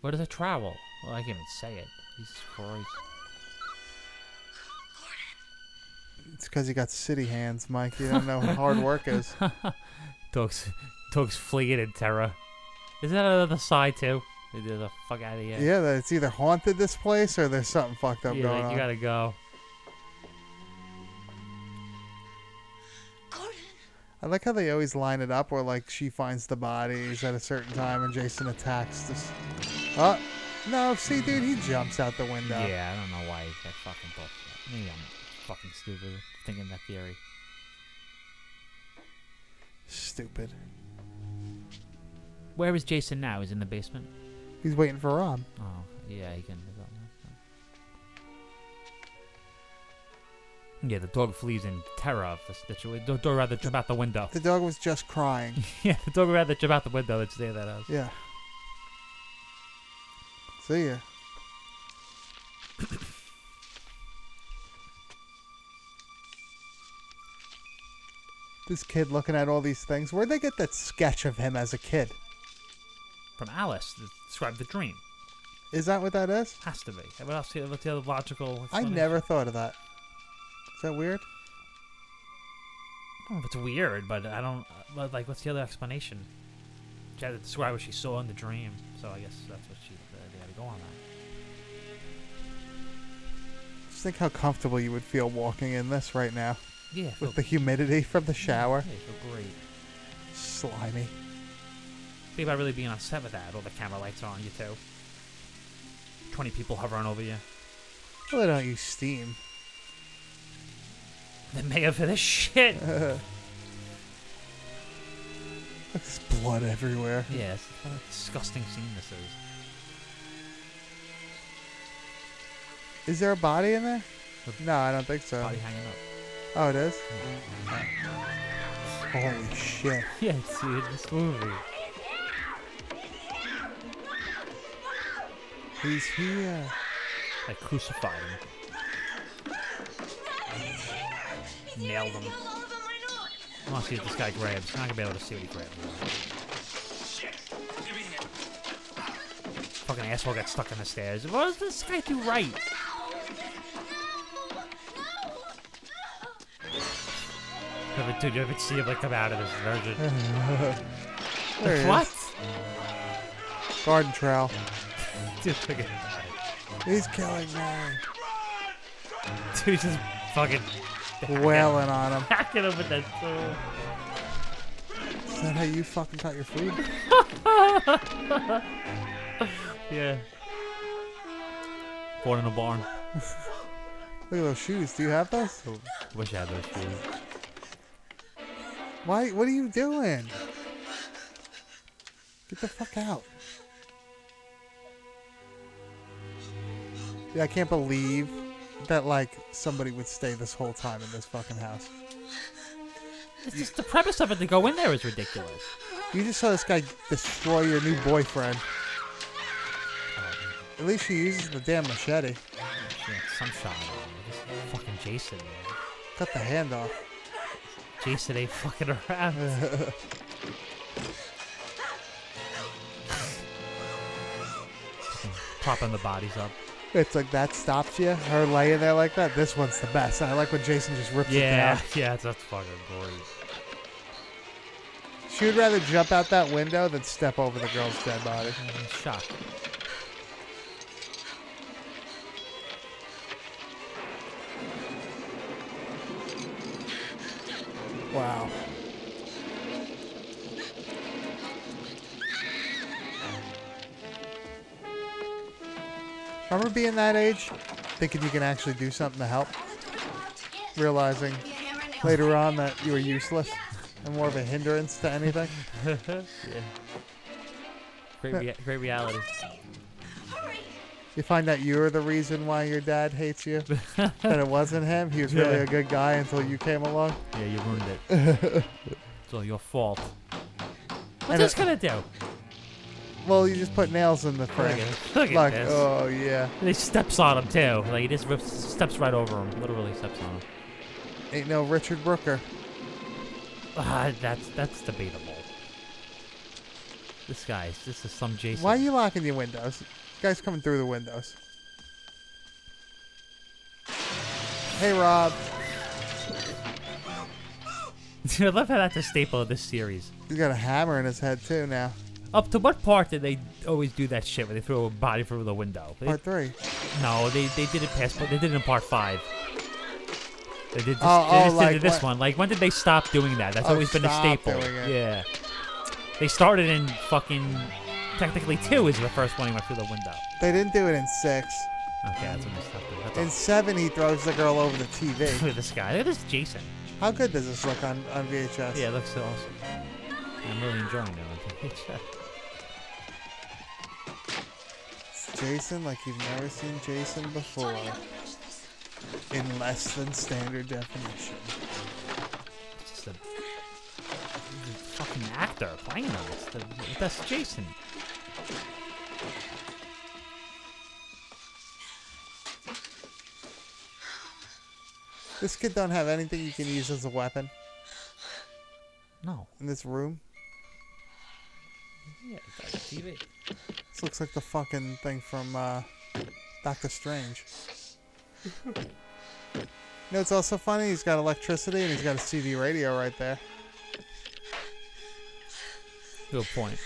Speaker 3: What is a trowel? Well, I can't even say it. Jesus Christ.
Speaker 2: It's because you got city hands, Mike. You don't know what hard work is.
Speaker 3: Dogs, dogs fleeing in terror. Is that another side too? They did the fuck out of here.
Speaker 2: Yeah, that it's either haunted this place or there's something fucked up
Speaker 3: Yeah,
Speaker 2: going
Speaker 3: like,
Speaker 2: on.
Speaker 3: you gotta go.
Speaker 2: I like how they always line it up where like she finds the bodies at a certain time and Jason attacks this. Oh no! See, dude, he jumps out the window.
Speaker 3: Yeah, I don't know why I fucking thought that. Maybe I'm fucking stupid thinking that theory.
Speaker 2: Stupid.
Speaker 3: Where is Jason now? He's in the basement.
Speaker 2: He's waiting for Rob.
Speaker 3: Oh, yeah, he can. he's up now. Yeah, the dog flees in terror of the situation. The dog rather jump out the window.
Speaker 2: The dog was just crying.
Speaker 3: yeah, the dog rather jump out the window than stay in that house.
Speaker 2: Yeah. See ya. this kid looking at all these things. Where'd they get that sketch of him as a kid?
Speaker 3: From Alice, to describe the dream.
Speaker 2: Is that what that is?
Speaker 3: Has to be. What else? What's the other logical?
Speaker 2: I never thought of that. Is that weird?
Speaker 3: I don't know if it's weird, but I don't. But like, what's the other explanation? She had to describe what she saw in the dream, so I guess that's what she. They had to go on that.
Speaker 2: Just think how comfortable you would feel walking in this right now.
Speaker 3: Yeah, I feel-
Speaker 2: With the humidity from the shower.
Speaker 3: Yeah, you feel great.
Speaker 2: Slimy.
Speaker 3: Think about really being on set with that. All the camera lights are on you too. Twenty people hovering over you.
Speaker 2: Well, they don't use steam.
Speaker 3: The mayor for this shit.
Speaker 2: Look, there's blood everywhere.
Speaker 3: yes, what a disgusting scene this is.
Speaker 2: Is there a body in there? No, I don't think so.
Speaker 3: Body hanging up.
Speaker 2: Oh, it is? Holy shit.
Speaker 3: Yeah, dude, this movie.
Speaker 2: He's here.
Speaker 3: I crucified him. Nailed him. I want to see what this guy grabs. I'm not gonna be able to see what he grabs. Fucking asshole got stuck on the stairs. What does this guy do right? Never, dude, you ever see him like come out of this virgin?
Speaker 2: There he is.
Speaker 3: what?
Speaker 2: Garden trowel.
Speaker 3: Dude, fucking,
Speaker 2: He's killing me.
Speaker 3: dude, just fucking
Speaker 2: Wailing on him.
Speaker 3: hacking him with that tool.
Speaker 2: Is that how you fucking got your food?
Speaker 3: Yeah. Born in a barn.
Speaker 2: Look at those shoes. Do you have those?
Speaker 3: Wish I had those shoes.
Speaker 2: Why? What are you doing? Get the fuck out. Yeah, I can't believe that like somebody would stay this whole time in this fucking house.
Speaker 3: It's just the premise of it to go in there is ridiculous.
Speaker 2: You just saw this guy destroy your new boyfriend. At least she uses the damn machete.
Speaker 3: Yeah, some shot. man. This Fucking Jason, man.
Speaker 2: Cut the hand off.
Speaker 3: Jason ain't fucking around. Propping the bodies up.
Speaker 2: It's like that stops you. Her laying there like that. This one's the best. I like when Jason just rips
Speaker 3: Yeah,
Speaker 2: it down.
Speaker 3: yeah, that's fucking great.
Speaker 2: She would rather jump out that window than step over the girl's dead body.
Speaker 3: Shock.
Speaker 2: Wow. Remember being that age, thinking you can actually do something to help, realizing later on that you were useless and more of a hindrance to anything.
Speaker 3: yeah. Great, rea- great reality.
Speaker 2: You find that you're the reason why your dad hates you, and it wasn't him. He was really
Speaker 3: Yeah.
Speaker 2: a good guy until you came along.
Speaker 3: Yeah, you ruined it. it's all your fault. What's
Speaker 2: And
Speaker 3: this
Speaker 2: it-
Speaker 3: gonna do?
Speaker 2: Well, you just put nails in the frame.
Speaker 3: at- look at
Speaker 2: Like,
Speaker 3: this.
Speaker 2: oh yeah,
Speaker 3: He steps on him too. Like he just rips, steps right over him. Literally steps on him.
Speaker 2: ain't no Richard Brooker.
Speaker 3: Ah, that's that's debatable. This guy's this is some Jason.
Speaker 2: Why are you locking your windows? guy's coming through the windows. Hey, Rob.
Speaker 3: I love how that's a staple of this series.
Speaker 2: He's got a hammer in his head too now.
Speaker 3: Up to what part did they always do that shit where they throw a body through the window? They-
Speaker 2: Part three.
Speaker 3: No, they they did it past. They did it in part five. They did this,
Speaker 2: Oh,
Speaker 3: they
Speaker 2: oh,
Speaker 3: just did
Speaker 2: like
Speaker 3: it this
Speaker 2: what-
Speaker 3: one. Like when did they stop doing that? That's
Speaker 2: Oh,
Speaker 3: always been a
Speaker 2: stop
Speaker 3: staple.
Speaker 2: doing it.
Speaker 3: Yeah. They started in fucking technically two is the first one he went through the window.
Speaker 2: They didn't do it in six.
Speaker 3: Okay, that's when they stopped doing. That's
Speaker 2: In seven, he throws the girl over the TV.
Speaker 3: Look at this guy. Look at this Jason.
Speaker 2: How good does this look on, on VHS?
Speaker 3: Yeah, it looks so awesome. I'm really enjoying it.
Speaker 2: It's Jason, like you've never seen Jason before, in less than standard definition.
Speaker 3: It's just a, he's a fucking actor playing him. It's the, that's Jason.
Speaker 2: This kid don't have anything you can use as a weapon
Speaker 3: No.
Speaker 2: in this room.
Speaker 3: Yeah, it's like TV.
Speaker 2: This looks like the fucking thing from uh, Doctor Strange. You know, it's also funny. He's got electricity and he's got a CD radio right there.
Speaker 3: Good point.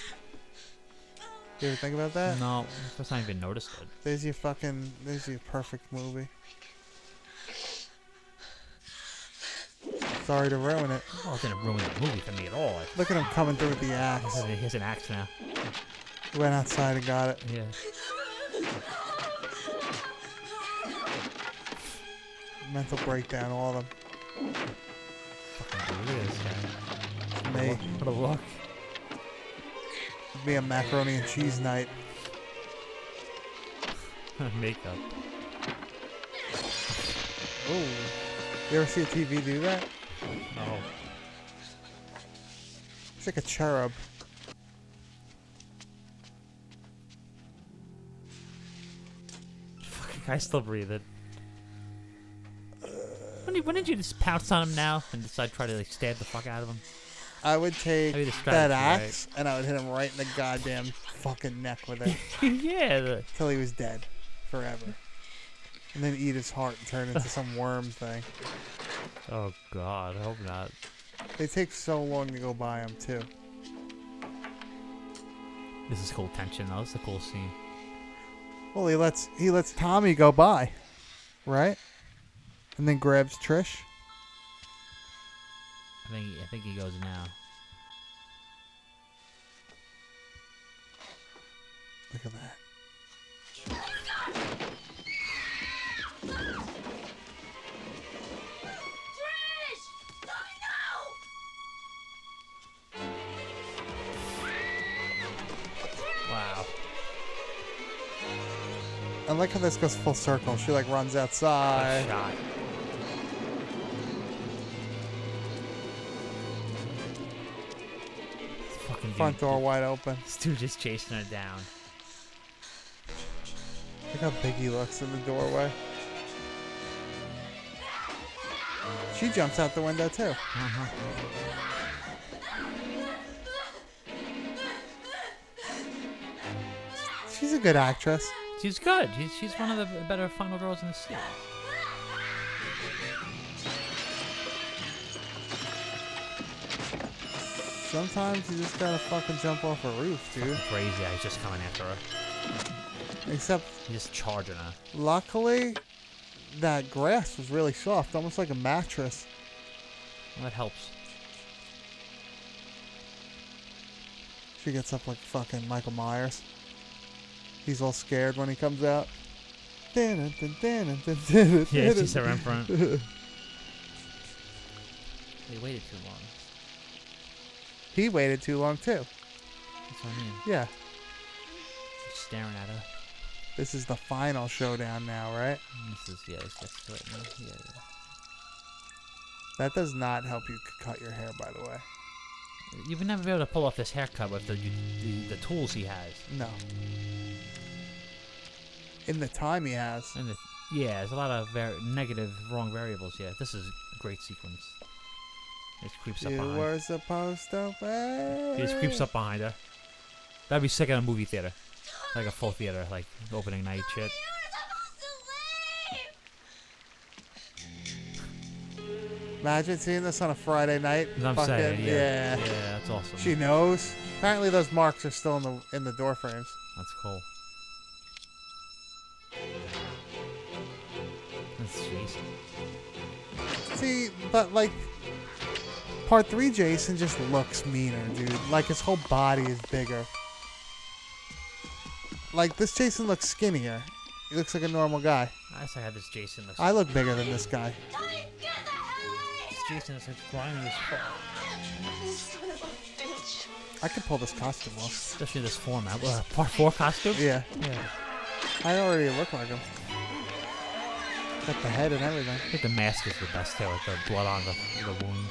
Speaker 2: You ever think about that?
Speaker 3: No, first time I even noticed it.
Speaker 2: There's your fucking. There's your perfect movie. Sorry to ruin it.
Speaker 3: Oh, it didn't ruin the movie for me at all. Like,
Speaker 2: Look at him coming through with the axe.
Speaker 3: he has an axe now.
Speaker 2: Went outside and got it.
Speaker 3: Yeah.
Speaker 2: Mental breakdown, all of them.
Speaker 3: Fucking look at this guy.
Speaker 2: Me.
Speaker 3: What a look.
Speaker 2: It'd be a macaroni and cheese night.
Speaker 3: Makeup.
Speaker 2: Ooh. You ever see a TV do that?
Speaker 3: No.
Speaker 2: It's like a cherub.
Speaker 3: Fucking guy's still breathing. When did, when did you just pounce on him now and decide to try to like stab the fuck out of him?
Speaker 2: I would take
Speaker 3: Maybe the strategy,
Speaker 2: that
Speaker 3: right?
Speaker 2: axe and I would hit him right in the goddamn fucking neck with it
Speaker 3: yeah. The,
Speaker 2: till he was dead forever. And then eat his heart and turn into some worm thing.
Speaker 3: oh god, I hope not.
Speaker 2: They take so long to go by him, too.
Speaker 3: This is cool tension though. This is a cool scene.
Speaker 2: Well, he lets he lets Tommy go by, right? And then grabs Trish.
Speaker 3: I think I think he goes now.
Speaker 2: Look at that.
Speaker 3: Wow.
Speaker 2: I like how this goes full circle. She like runs outside.
Speaker 3: Shot. This Fucking
Speaker 2: Front
Speaker 3: dude-
Speaker 2: door wide open.
Speaker 3: This dude just chasing her down.
Speaker 2: Look how big he looks in the doorway. She jumps out the window too. She's a good actress.
Speaker 3: She's good. She's, she's one of the better final girls in the series.
Speaker 2: Sometimes you just gotta fucking jump off a roof, dude.
Speaker 3: Crazy, I was just coming after her.
Speaker 2: Except
Speaker 3: He's just charging her.
Speaker 2: luckily, that grass was really soft, almost like a mattress.
Speaker 3: That helps.
Speaker 2: She gets up like fucking Michael Myers. He's all scared when he comes out. Yeah,
Speaker 3: Yeah,
Speaker 2: she's
Speaker 3: she's her in front. They waited too long.
Speaker 2: He waited too long too.
Speaker 3: That's what I mean.
Speaker 2: Yeah,
Speaker 3: Just staring at her.
Speaker 2: this is the final showdown now, right?
Speaker 3: This is yeah, this gets to it now. Yeah, yeah.
Speaker 2: That does not help you c- cut your hair, by the way.
Speaker 3: You would never be able to pull off this haircut with the you, the, the tools he has.
Speaker 2: No. In the time he has,
Speaker 3: And the, yeah, there's a lot of var- negative wrong variables. Yeah, this is a great sequence. It creeps up
Speaker 2: you
Speaker 3: behind.
Speaker 2: were supposed to.
Speaker 3: He just creeps up behind her. That'd be sick in a movie theater, like a full theater, like opening night shit.
Speaker 2: Imagine seeing this on a Friday night.
Speaker 3: That's what I'm saying, yeah. Yeah, that's awesome.
Speaker 2: She knows. Apparently, those marks are still in the in the door frames.
Speaker 3: That's cool. That's Jason.
Speaker 2: See, but like, part three, Jason just looks meaner, dude. Like his whole body is bigger. Like this Jason looks skinnier. He looks like a normal guy.
Speaker 3: I guess I had this Jason. This,
Speaker 2: I look bigger than this guy.
Speaker 3: this Jason is like grimy as fuck.
Speaker 12: Son of a bitch.
Speaker 2: I could pull this costume off.
Speaker 3: Especially this format. Uh, part four costume.
Speaker 2: Yeah,
Speaker 3: Yeah.
Speaker 2: I already look like him. Got the head and everything.
Speaker 3: I think the mask is the best there with the blood on the, the wound.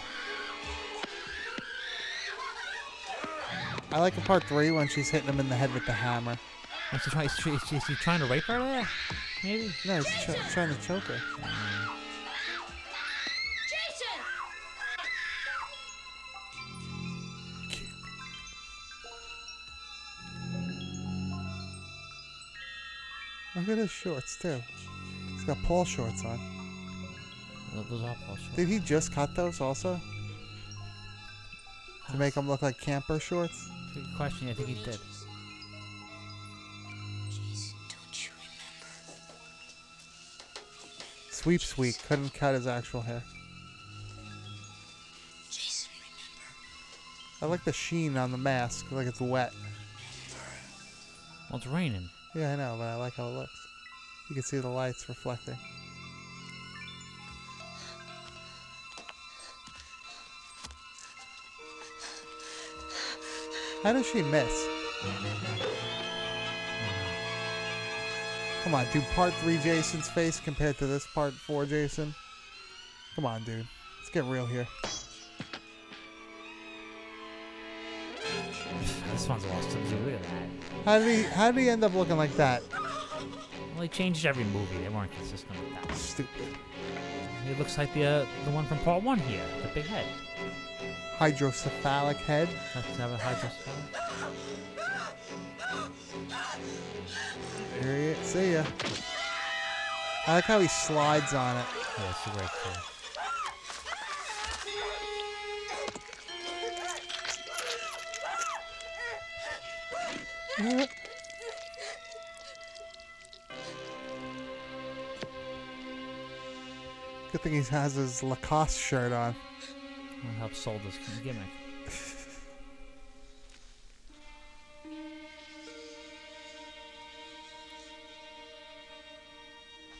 Speaker 2: I like in part three when she's hitting him in the head with the hammer.
Speaker 3: And she try, is, she, is she trying to rape her there? Maybe?
Speaker 2: No, he's ch- trying to choke her.
Speaker 12: Jason!
Speaker 2: Look at his shorts too. He's got Paul shorts on.
Speaker 3: Th- Those are Paul shorts.
Speaker 2: Did he just cut those also? To make them look like camper shorts?
Speaker 3: Good question. I think he did.
Speaker 2: Sweep Sweep couldn't cut his actual hair. I like the sheen on the mask, like it's wet.
Speaker 3: Well, it's raining.
Speaker 2: Yeah, I know, but I like how it looks. You can see the lights reflecting. How does she miss? Come on, dude. Part 3 Jason's face compared to this part 4 Jason. Come on, dude. Let's get real here.
Speaker 3: This one's awesome too. Look at that.
Speaker 2: How did he how did he end up looking like that?
Speaker 3: Well, they changed every movie. They weren't consistent with that.
Speaker 2: Stupid.
Speaker 3: It looks like the uh, the one from part one here, the big head.
Speaker 2: Hydrocephalic head.
Speaker 3: That's have a hydrocephalic.
Speaker 2: Here he is. See ya. I like how he slides on it.
Speaker 3: Yeah, it's a great thing.
Speaker 2: Good thing he has his Lacoste shirt on.
Speaker 3: It helps sold this gimmick.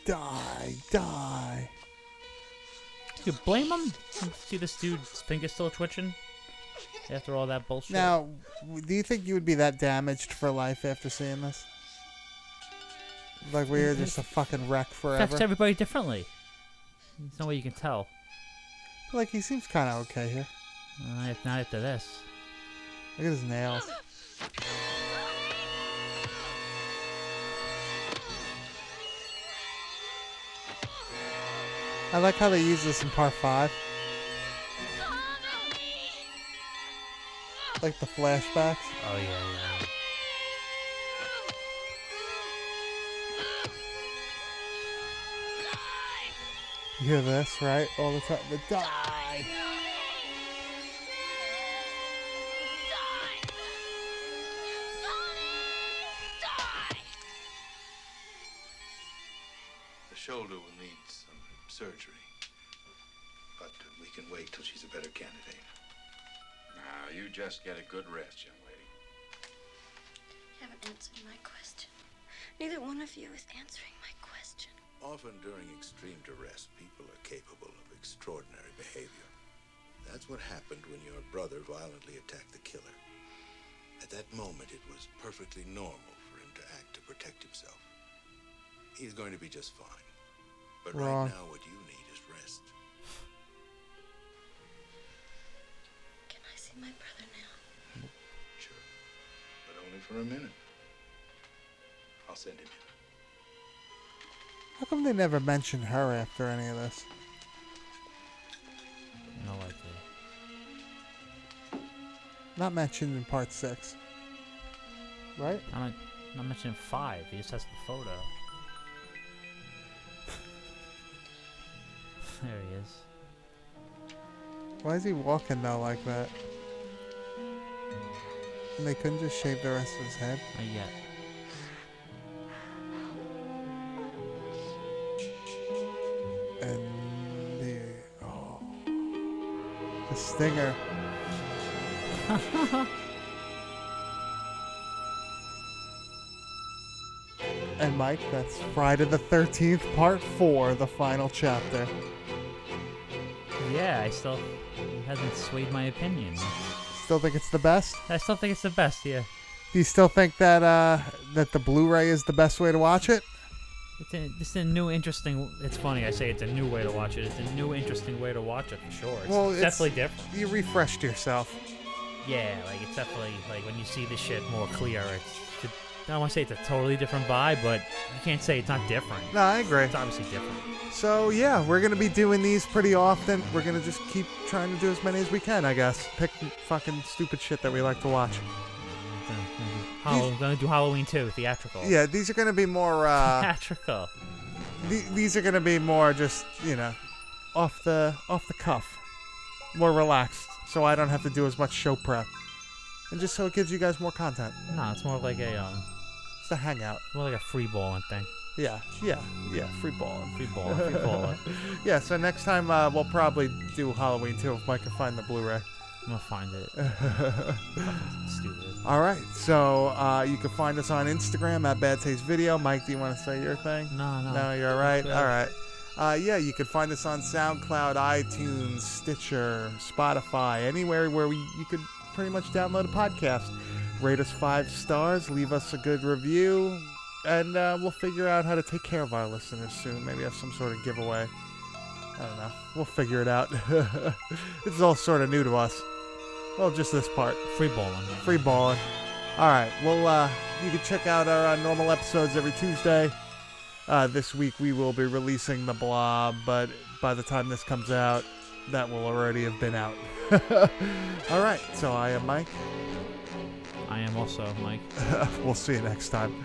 Speaker 2: Die, die.
Speaker 3: Do you blame him? See this dude's finger's still twitching after all that bullshit.
Speaker 2: Now, w- do you think you would be that damaged for life after seeing this? Like we're just a fucking wreck
Speaker 3: affects
Speaker 2: forever.
Speaker 3: everybody differently. There's no way you can tell.
Speaker 2: Like he seems kind of okay here.
Speaker 3: Uh, if not after this,
Speaker 2: Look at his nails. I like how they use this in part five. Like the flashbacks.
Speaker 3: Oh yeah, yeah.
Speaker 2: You hear this, right? All the time. The die.
Speaker 4: The shoulder will need some surgery, but we can wait till she's a better candidate.
Speaker 9: Now, you just get a good rest, young lady.
Speaker 10: You haven't answered my question. Neither one of you is answering my question.
Speaker 4: Often during extreme duress, people are capable of extraordinary behavior. That's what happened when your brother violently attacked the killer. At that moment, it was perfectly normal for him to act to protect himself. He's going to be just fine. But
Speaker 2: Wrong.
Speaker 4: right now, what you need is rest.
Speaker 10: Can I see my brother now?
Speaker 4: Sure. But only for a minute. I'll send him in.
Speaker 2: How come they never mention her after any of this?
Speaker 3: No idea.
Speaker 2: Not mentioned in part six. Right?
Speaker 3: I'm not, not mentioning five. He just has the photo. there he is.
Speaker 2: Why is he walking though like that? And they couldn't just shave the rest of his head?
Speaker 3: Not yet.
Speaker 2: And the oh the stinger. and Mike, that's Friday the thirteenth, part four, the final chapter.
Speaker 3: Yeah, I still it hasn't swayed my opinion.
Speaker 2: Still think it's the best?
Speaker 3: I still think it's the best. Yeah,
Speaker 2: Do you still think that uh that the Blu-ray is the best way to watch it?
Speaker 3: it's a, it's a new interesting. It's funny. I say it's a new way to watch it. It's a new interesting way to watch it for sure. It's
Speaker 2: Well, it's-
Speaker 3: definitely different.
Speaker 2: You refreshed yourself.
Speaker 3: Yeah, like it's definitely like when you see this shit more clear. It's, it's I don't want to say it's a totally different vibe, but you can't say it's not different.
Speaker 2: No, I agree.
Speaker 3: It's obviously different.
Speaker 2: So yeah, we're gonna be doing these pretty often. We're gonna just keep trying to do as many as we can, I guess. Pick fucking stupid shit that we like to watch.
Speaker 3: Hollow, gonna do Halloween too, theatrical.
Speaker 2: Mm-hmm. Yeah, these are gonna be more. Uh,
Speaker 3: Theatrical.
Speaker 2: th- these are gonna be more just you know, off the off the cuff, more relaxed. So I don't have to do as much show prep, and just so it gives you guys more content.
Speaker 3: No, it's more like a um,
Speaker 2: It's a hangout.
Speaker 3: more like a free balling thing.
Speaker 2: Yeah, yeah, yeah. Free ball.
Speaker 3: Free ball, free ball.
Speaker 2: yeah. So next time uh, we'll probably do Halloween too if Mike can find the Blu-ray.
Speaker 3: I'm gonna find it. Stupid.
Speaker 2: All right, so uh, you can find us on Instagram at Bad Taste Video. Mike, do you want to say your thing?
Speaker 3: No, no.
Speaker 2: No, you're all right.
Speaker 3: Good.
Speaker 2: All right. Uh, yeah, you can find us on SoundCloud, iTunes, Stitcher, Spotify, anywhere where we, you could pretty much download a podcast. Rate us five stars, leave us a good review, and uh, we'll figure out how to take care of our listeners soon. Maybe have some sort of giveaway. I don't know. We'll figure it out. this is all sort of new to us. Well, just this part
Speaker 3: Free balling.
Speaker 2: free balling. All right. Well, uh, you can check out our uh, normal episodes every Tuesday. Uh, this week we will be releasing the blob, but by the time this comes out, that will already have been out. All right. So I am Mike.
Speaker 3: I am also Mike.
Speaker 2: we'll see you next time.